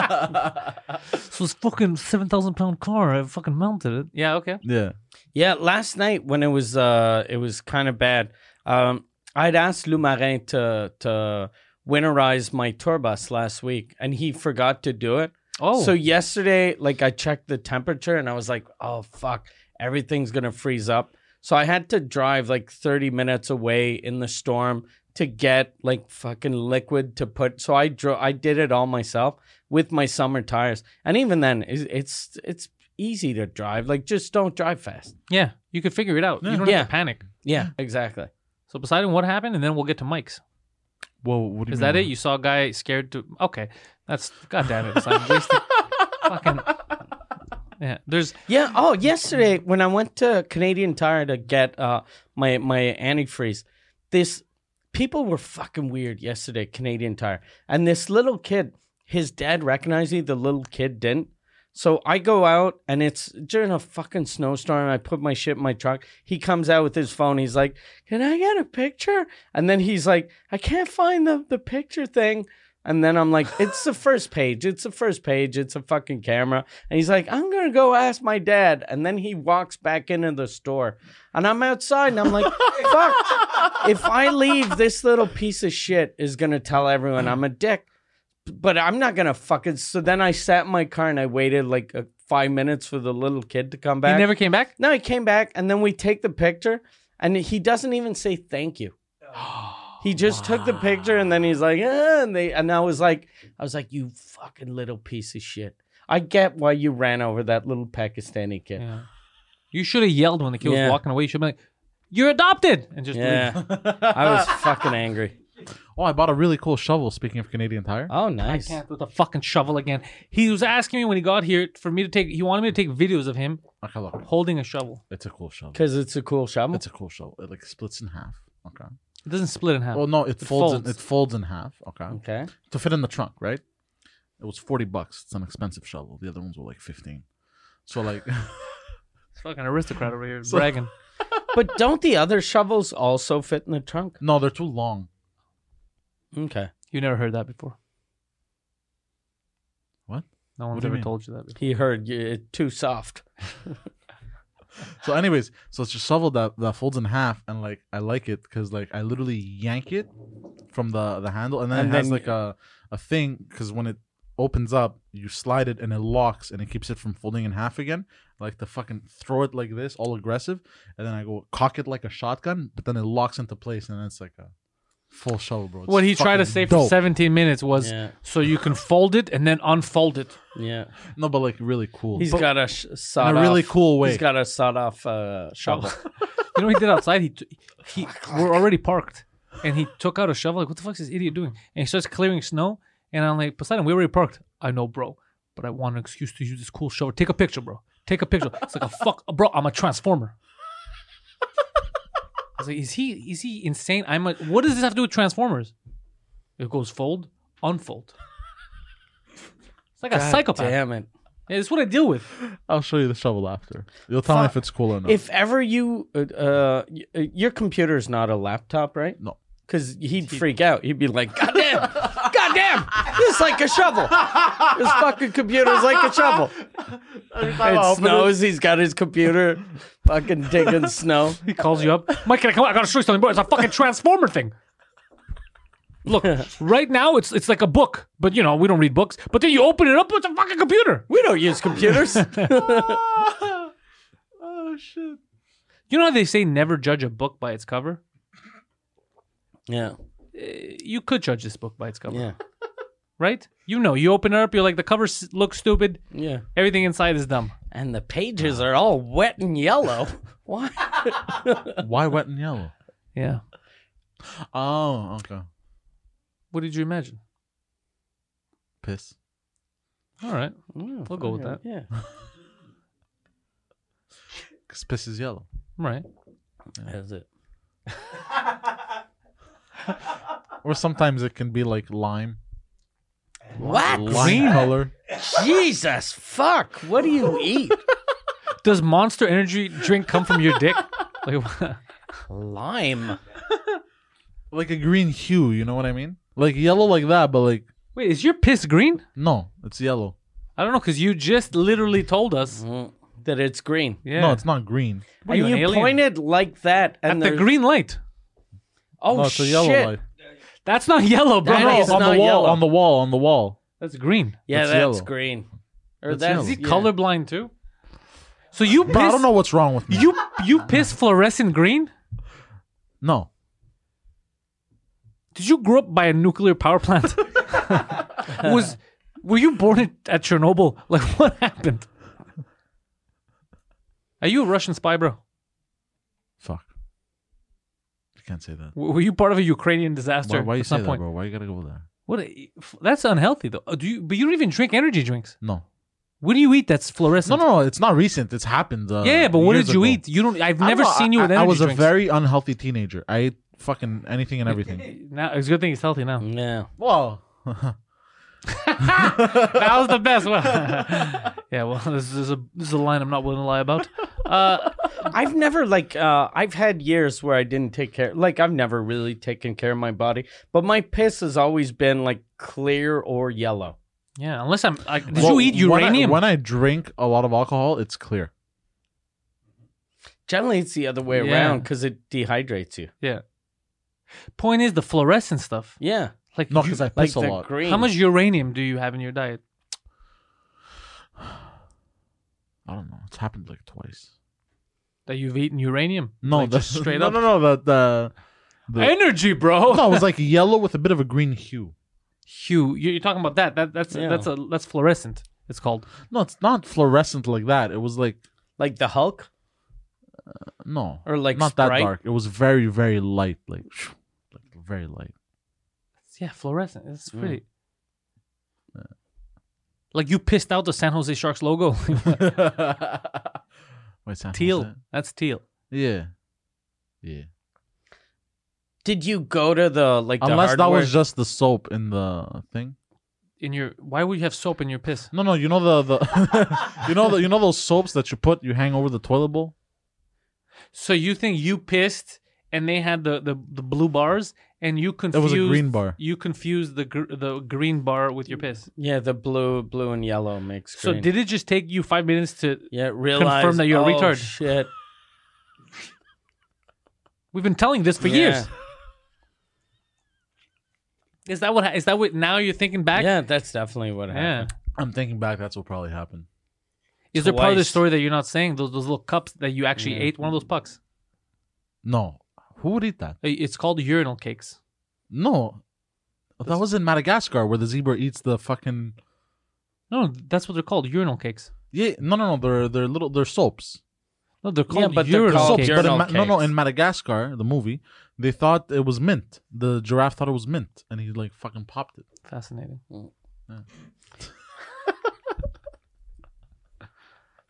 S1: So this fucking seven thousand pound car, I fucking mounted it. Yeah, okay.
S3: Yeah.
S2: Yeah, last night when it was uh it was kind of bad. Um I'd asked Lou Marin to to winterize my tour bus last week and he forgot to do it.
S1: Oh,
S2: So yesterday, like I checked the temperature and I was like, "Oh fuck, everything's going to freeze up." So I had to drive like 30 minutes away in the storm to get like fucking liquid to put. So I drove I did it all myself with my summer tires. And even then, it's it's, it's easy to drive. Like just don't drive fast.
S1: yeah, you could figure it out. You don't
S2: Yeah.
S1: have to panic.
S2: Yeah, exactly.
S1: So Poseidon, what happened, and then we'll get to Mike's.
S3: Whoa, what do you
S1: Is
S3: mean?
S1: that it? You saw a guy scared to. Okay, that's goddamn it. Poseidon. <laughs> wasted. fucking. Yeah, there's
S2: Yeah. Oh, yesterday when I went to Canadian Tire to get uh, my my antifreeze, this people were fucking weird yesterday. Canadian Tire, and this little kid, his dad recognized me. The little kid didn't. So I go out and it's during a fucking snowstorm. I put my shit in my truck. He comes out with his phone. He's like, "Can I get a picture?" And then he's like, "I can't find the the picture thing." And then I'm like, it's the first page. It's the first page. It's a fucking camera. And he's like, I'm going to go ask my dad. And then he walks back into the store. And I'm outside and I'm like, fuck, if I leave, this little piece of shit is going to tell everyone I'm a dick. But I'm not going to fucking. So then I sat in my car and I waited like uh, five minutes for the little kid to come
S1: He
S2: back.
S1: never came back.
S2: No, he came back, and then we take the picture, and he doesn't even say thank you. He just took the picture, and then he's like, eh, and they, and I was like, I was like, you fucking little piece of shit. I get why you ran over that little Pakistani kid.
S1: Yeah. You should have yelled when the kid
S2: Yeah.
S1: was walking away. You should have been like, "You're adopted," and just leave.
S2: Yeah, I was fucking angry.
S3: Oh, I bought a really cool shovel. Speaking of Canadian
S1: Uh,
S3: Tire,
S2: Oh, nice.
S1: can't with a fucking shovel again. He was asking me when he got here for me to take. He wanted me to take videos of him
S3: okay, look,
S1: holding a shovel.
S3: it's a cool shovel.
S2: Because it's a cool shovel.
S3: It's a cool shovel. It like splits in half. Okay.
S1: It doesn't split in half.
S3: Well, no, it,
S1: It
S3: folds. In,
S1: folds. Mm.
S3: it folds in half. Okay.
S2: okay.
S3: To fit in the trunk, right? It was forty bucks. It's an expensive shovel. The other ones were like fifteen. So like, <laughs>
S1: It's fucking aristocrat over here bragging.
S2: But don't the other shovels also fit in the trunk?
S3: no, they're too long.
S2: Okay.
S1: You never heard that before.
S3: What?
S1: No one's
S3: do you
S1: ever
S3: mean?
S1: told you that. Before.
S2: He heard you it's too soft.
S3: So, anyways, so it's a shovel that, that folds in half, and like I like it because like I literally yank it from the the handle, and then
S2: And
S3: it has
S2: then-
S3: like a a thing because when it opens up, you slide it and it locks and it keeps it from folding in half again. I Like to fucking throw it like this, all aggressive, and then I go cock it like a shotgun, but then it locks into place, and then it's like a full shovel, bro. It's
S1: What he tried to
S3: fucking
S1: say for
S3: dope.
S1: 17 minutes was
S2: Yeah.
S1: so you can fold it and then unfold it.
S2: Yeah.
S3: No, but like really cool.
S2: <laughs> He's
S3: But-
S2: got a sh- sawed
S3: in a really
S2: off-
S3: cool way.
S2: He's got a sawed off uh,
S3: <laughs>
S2: shovel.
S1: You know what he did outside? He, t- he we're already parked, and he took out a shovel. Like, what the fuck is this idiot doing? And he starts clearing snow. And I'm like, Poseidon, we already parked. I know, bro, but I want an excuse to use this cool shovel. Take a picture, bro. Take a picture. It's like a fuck, <laughs> bro. I'm a transformer. I was like, is he is he insane? I'm like, what does this have to do with transformers? It goes fold, unfold. It's like a psychopath.
S2: Damn it.
S1: Yeah, it's what I deal with.
S3: I'll show you the shovel after. You'll tell me
S2: Fuck.
S3: if it's cool or not.
S2: If ever you, uh, uh, y- uh, your computer is not a laptop, right?
S3: no.
S2: Because he'd freak out. He'd be like, God <laughs> damn, God damn, this is like a shovel. This fucking computer is like a shovel. It snows. He's got his computer fucking digging
S3: <laughs>
S2: snow.
S1: He calls you up. Mike, can I come? I gotta show you something, bro. It's a fucking transformer thing.
S2: <laughs>
S1: Look, right now it's it's like a book, but you know we don't read books. But then you open it up, it's a fucking computer.
S2: We don't use computers.
S3: <laughs> Oh shit.
S1: You know how they say never judge a book by its cover. Eh,
S2: yeah,
S1: You could judge this book by its cover,
S2: yeah,
S1: right? You know, you open it up, you're like the cover s- looks stupid,
S2: yeah.
S1: everything inside is dumb.
S2: And the pages are all wet and yellow. <laughs> Why?
S3: Why wet and yellow?
S1: Yeah.
S3: Oh, okay.
S1: What did you imagine?
S3: Piss.
S1: All right,
S2: Yeah,
S1: We'll go with
S2: fucking- Yeah,
S3: Because piss is yellow.
S1: All right.
S2: that's it.
S3: Or sometimes it can be like lime.
S2: What?
S3: Lime color.
S2: Jesus fuck! What do you eat?
S1: Does Monster Energy drink come from your dick? Like, <laughs>
S2: Lime.
S3: Like a green hue, you know what I mean? Like yellow like that, but like
S1: wait, is your piss green?
S3: no, it's yellow.
S1: I don't know, cause you just literally told us.
S2: Mm. That it's green.
S1: Yeah.
S3: No, it's not green.
S1: What,
S2: and
S1: are
S2: you,
S1: an alien?
S2: pointed like that,
S1: at
S2: and
S1: the
S2: there's-
S1: green light.
S2: Oh
S3: no, it's
S2: shit!
S3: a yellow light.
S1: That's not yellow, bro.
S2: That
S3: No,
S2: is
S3: on
S2: not
S3: the wall,
S2: yellow.
S3: on the wall, on the wall.
S1: That's green.
S2: Yeah,
S3: It's
S2: that's
S3: yellow.
S2: green. Or
S3: It's
S2: that's
S3: yellow.
S1: Is he
S2: yeah.
S1: colorblind too? So you piss,
S3: But I don't know what's wrong with me.
S1: you you piss fluorescent green?
S3: No.
S1: Did you grow up by a nuclear power
S3: <laughs>
S1: plant? Was were you born at, at Chernobyl? Like what happened? Are you a Russian spy, bro?
S3: Fuck. You can't say that.
S1: W- Were you part of a Ukrainian disaster?
S3: Why, why you
S1: at
S3: say
S1: some
S3: that,
S1: point?
S3: bro? Why you gotta go there?
S1: What? a- f- That's unhealthy, though. Uh, Do you? But you don't even drink energy drinks.
S3: No.
S1: What do you eat that's fluorescent?
S3: No, no, no. It's not recent. It's happened. Uh,
S1: Yeah, but what
S3: years
S1: did you
S3: ago.
S1: eat? You don't. I've
S3: I
S1: never
S3: don't know,
S1: seen you
S3: I-
S1: with
S3: I-
S1: energy
S3: I was
S1: drinks.
S3: a very unhealthy teenager.
S1: <laughs>
S3: I ate fucking anything and everything. <laughs>
S1: Now it's a good thing he's healthy now.
S2: No.
S3: Well,
S1: that was the best one. <laughs> yeah, well, this is a this is a line I'm not willing to lie about. Uh,
S2: I've never like uh I've had years where I didn't take care like I've never really taken care of my body, but my piss has always been like clear or yellow.
S1: yeah, unless I'm like, did you
S3: Well,
S1: eat
S3: when I-
S1: uranium?
S3: When I, drink a lot of alcohol, it's clear.
S2: Generally it's the other way
S1: Yeah.
S2: around cuz it dehydrates you.
S1: yeah. Point is the fluorescent stuff.
S2: Yeah.
S1: Like,
S3: No,
S1: you-
S3: because I
S2: Like
S3: piss
S2: the
S3: a lot.
S2: green.
S1: how much uranium do you have in your diet?
S3: I don't know. It's happened like twice.
S1: That you've eaten uranium?
S3: No,
S1: Like,
S3: the,
S1: just <laughs> straight
S3: no,
S1: up.
S3: No, no, The the, the
S1: Energy, bro.
S3: no, it was like yellow with a bit of a green hue.
S1: <laughs> Hugh, you- you're talking about that? That that's
S2: Yeah.
S1: that's a that's fluorescent. It's called.
S3: No, it's not fluorescent like that. It was like
S2: like the Hulk?
S3: no,
S2: Or like
S3: not that
S2: Sprite?
S3: dark. It was very, very light, like, like very light.
S1: Yeah, fluorescent. It's
S3: Mm.
S1: pretty. Like you pissed out the San Jose Sharks
S3: <laughs>
S1: logo.
S3: Wait, Sam, what was
S1: teal.
S3: that?
S1: That's teal.
S3: Yeah, yeah.
S2: Did you go to the like the
S3: Unless that
S2: hardware-
S3: was uh, just the soap in the thing.
S1: In your why would you have soap in your piss?
S3: No, no. You know the the <laughs> you know the you know those soaps that you put you hang over the toilet bowl.
S1: So you think you pissed and they had the the, the blue bars and you confused
S3: It was a green bar.
S1: You confused the gr- the green bar with your piss.
S2: Yeah, the blue blue and yellow mix
S1: So did it just take you 5 minutes to
S2: yeah, realize
S1: that you're a
S2: oh,
S1: retard."
S2: Shit.
S1: We've been telling this for
S2: Yeah.
S1: years. Is that what ha- is that what now you're thinking back?
S2: Yeah, that's definitely what
S1: Yeah.
S2: happened.
S3: I'm thinking back. That's what probably happened.
S1: Is there part of the
S2: Twice.
S1: story that you're not saying? Those those little cups that you actually
S2: Yeah.
S1: ate one of those pucks.
S3: No, who would eat that?
S1: I- It's called urinal cakes.
S3: No, that was in Madagascar where the zebra eats the fucking.
S1: No, that's what they're called, urinal cakes.
S3: Yeah, no, no, no. They're they're little they're soaps.
S1: No, they're called
S2: but they're
S1: urinal
S2: called
S3: soaps
S1: cakes.
S3: but in
S2: urinal
S3: Ma- no, no.
S2: cakes.
S3: In Madagascar, the movie, they thought it was mint. The giraffe thought it was mint, and he like fucking popped it.
S1: Fascinating. <laughs>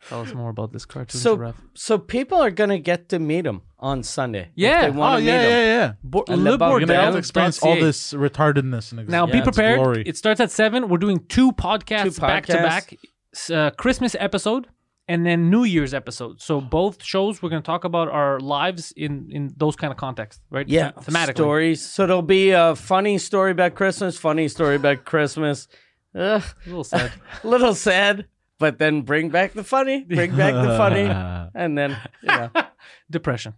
S1: Tell us more about this cartoon
S2: So
S1: giraffe.
S2: so people are gonna get to meet him on Sunday. if
S1: Yeah.
S2: they wanna
S3: oh
S2: meet
S3: yeah,
S2: him.
S3: yeah, yeah.
S1: Bo-
S2: and the bug-
S3: You're gonna have
S2: Bordel
S3: to experience all this retardedness and
S1: Now, be
S2: Yeah, it's
S1: prepared.
S3: glory.
S1: It starts at seven. We're doing two podcasts
S2: Two
S1: back to
S2: podcasts.
S1: back. S- Uh, Christmas episode and then New Year's episode. So both shows we're going to talk about our lives in in those kind of contexts, right?
S2: Yeah,
S1: Them- thematically.
S2: stories. So there'll be a funny story about Christmas, funny story about Christmas. Ugh,
S1: A little
S2: <laughs>
S1: sad.
S2: little sad, but then bring back the funny, bring back the funny,
S3: Uh,
S2: and then you know.
S1: Depression.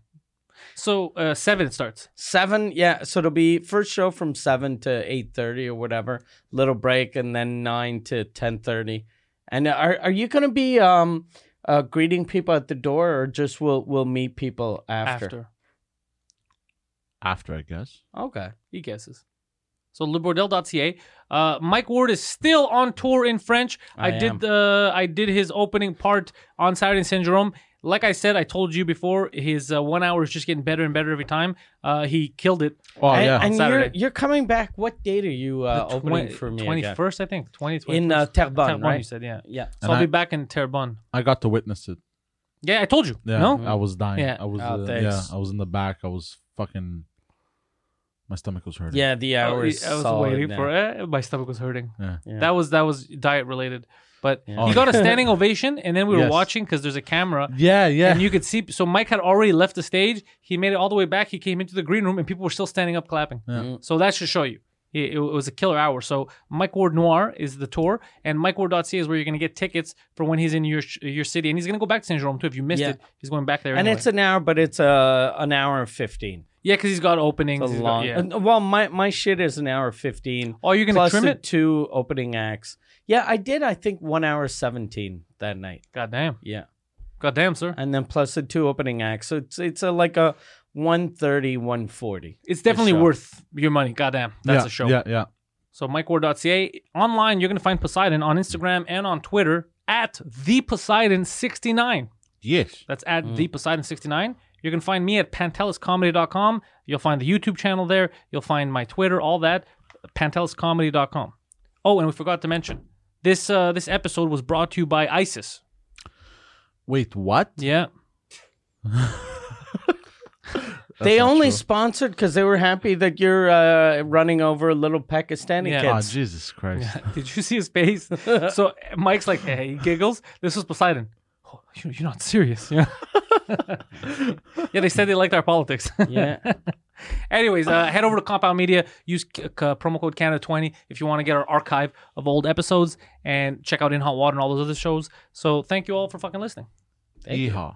S1: So uh, seven it starts.
S2: seven. Yeah, so it'll be first show from seven to eight thirty or whatever. Little break, and then nine to ten thirty. And are are you gonna be um uh, greeting people at the door, or just we'll we'll meet people
S1: After.
S2: after?
S3: after I guess.
S2: Okay.
S1: He guesses. So libordel.ca. Uh, Mike Ward is still on tour in French. I,
S2: I
S1: did
S2: am.
S1: the I did his opening part on Saturday in Saint Jerome. Like I said, I told you before, his uh, one hour is just getting better and better every time. Uh, he killed it.
S3: Oh
S2: and,
S3: yeah.
S2: and you're
S1: Saturday.
S2: you're coming back. What date are you uh, opening for me?
S1: twenty
S2: again?
S1: first, I think. Twenty twenty
S2: in uh, Terrebonne,
S1: Terrebonne, you
S2: right?
S1: said, yeah.
S2: Yeah.
S1: So
S3: And
S1: I'll
S3: I-
S1: be back in Terrebonne.
S3: I got to witness it.
S1: Yeah, I told you.
S3: Yeah, Mm-hmm.
S1: No,
S3: I was dying.
S1: Yeah.
S3: I was.
S2: Oh,
S3: uh, yeah,
S2: thanks.
S3: I was in the back. I was fucking. My stomach was hurting.
S2: Yeah, the
S1: I
S2: hours.
S1: was, Oh, I was waiting for it. My stomach was hurting.
S3: Yeah.
S2: Yeah.
S1: That was that was diet related. But
S2: Yeah.
S1: he
S3: Oh,
S1: got a standing ovation, and then we were
S3: Yes.
S1: watching because there's a camera.
S3: Yeah. Yeah.
S1: And you could see, so Mike had already left the stage. He made it all the way back. He came into the green room, and people were still standing up clapping.
S2: Mm-hmm.
S1: So that should show you. It, it was a killer hour. So Mike Ward Noir is the tour, and MikeWard.ca is where you're going to get tickets for when he's in your sh- your city. And he's going to go back to Saint Jerome too. If you missed
S2: Yeah.
S1: it, he's going back there.
S2: And
S1: anyway.
S2: it's an hour, but it's uh, an hour and fifteen.
S1: yeah, because he's got openings.
S2: It's a
S1: he's got-
S2: long.
S1: yeah.
S2: uh, Well, my my shit is an hour fifteen.
S1: Oh, you're going to
S2: plus
S1: trim
S2: the
S1: it?
S2: two opening acts. Yeah, I did. I think one hour seventeen that night.
S1: God damn.
S2: Yeah,
S1: God damn, sir.
S2: and then plus the two opening acts. So it's it's a, like a 130, 140.
S1: It's definitely
S2: show.
S1: worth your money. God damn. That's
S3: yeah,
S1: a show.
S3: Yeah. Yeah.
S1: So MikeWard.ca. Online, you're going to find Poseidon on Instagram and on Twitter at the Poseidon69.
S3: Yes.
S1: That's at the Poseidon69. You can find me at panteliscomedy.com. You'll find the YouTube channel there. You'll find my Twitter, all that. Panteliscomedy.com. Oh, and we forgot to mention this. Uh, this episode was brought to you by ISIS.
S3: Wait. What?
S1: Yeah,
S3: That's
S2: they
S3: not
S2: only
S3: true.
S2: sponsored because they were happy that you're uh, running over little Pakistani
S1: Yeah.
S3: Oh,
S2: kids.
S3: Jesus Christ.
S1: <laughs> Did you see his face? so Mike's like, hey, he giggles. This was Poseidon. "Oh, you- You're not serious. Yeah. <laughs> yeah, they said they liked our politics. <laughs>
S2: Yeah.
S1: Anyways, uh, head over to Compound Media. Use c- c- promo code Canada20 if you want to get our archive of old episodes and check out In Hot Water and all those other shows. So thank you all for fucking listening.
S3: Yeehaw.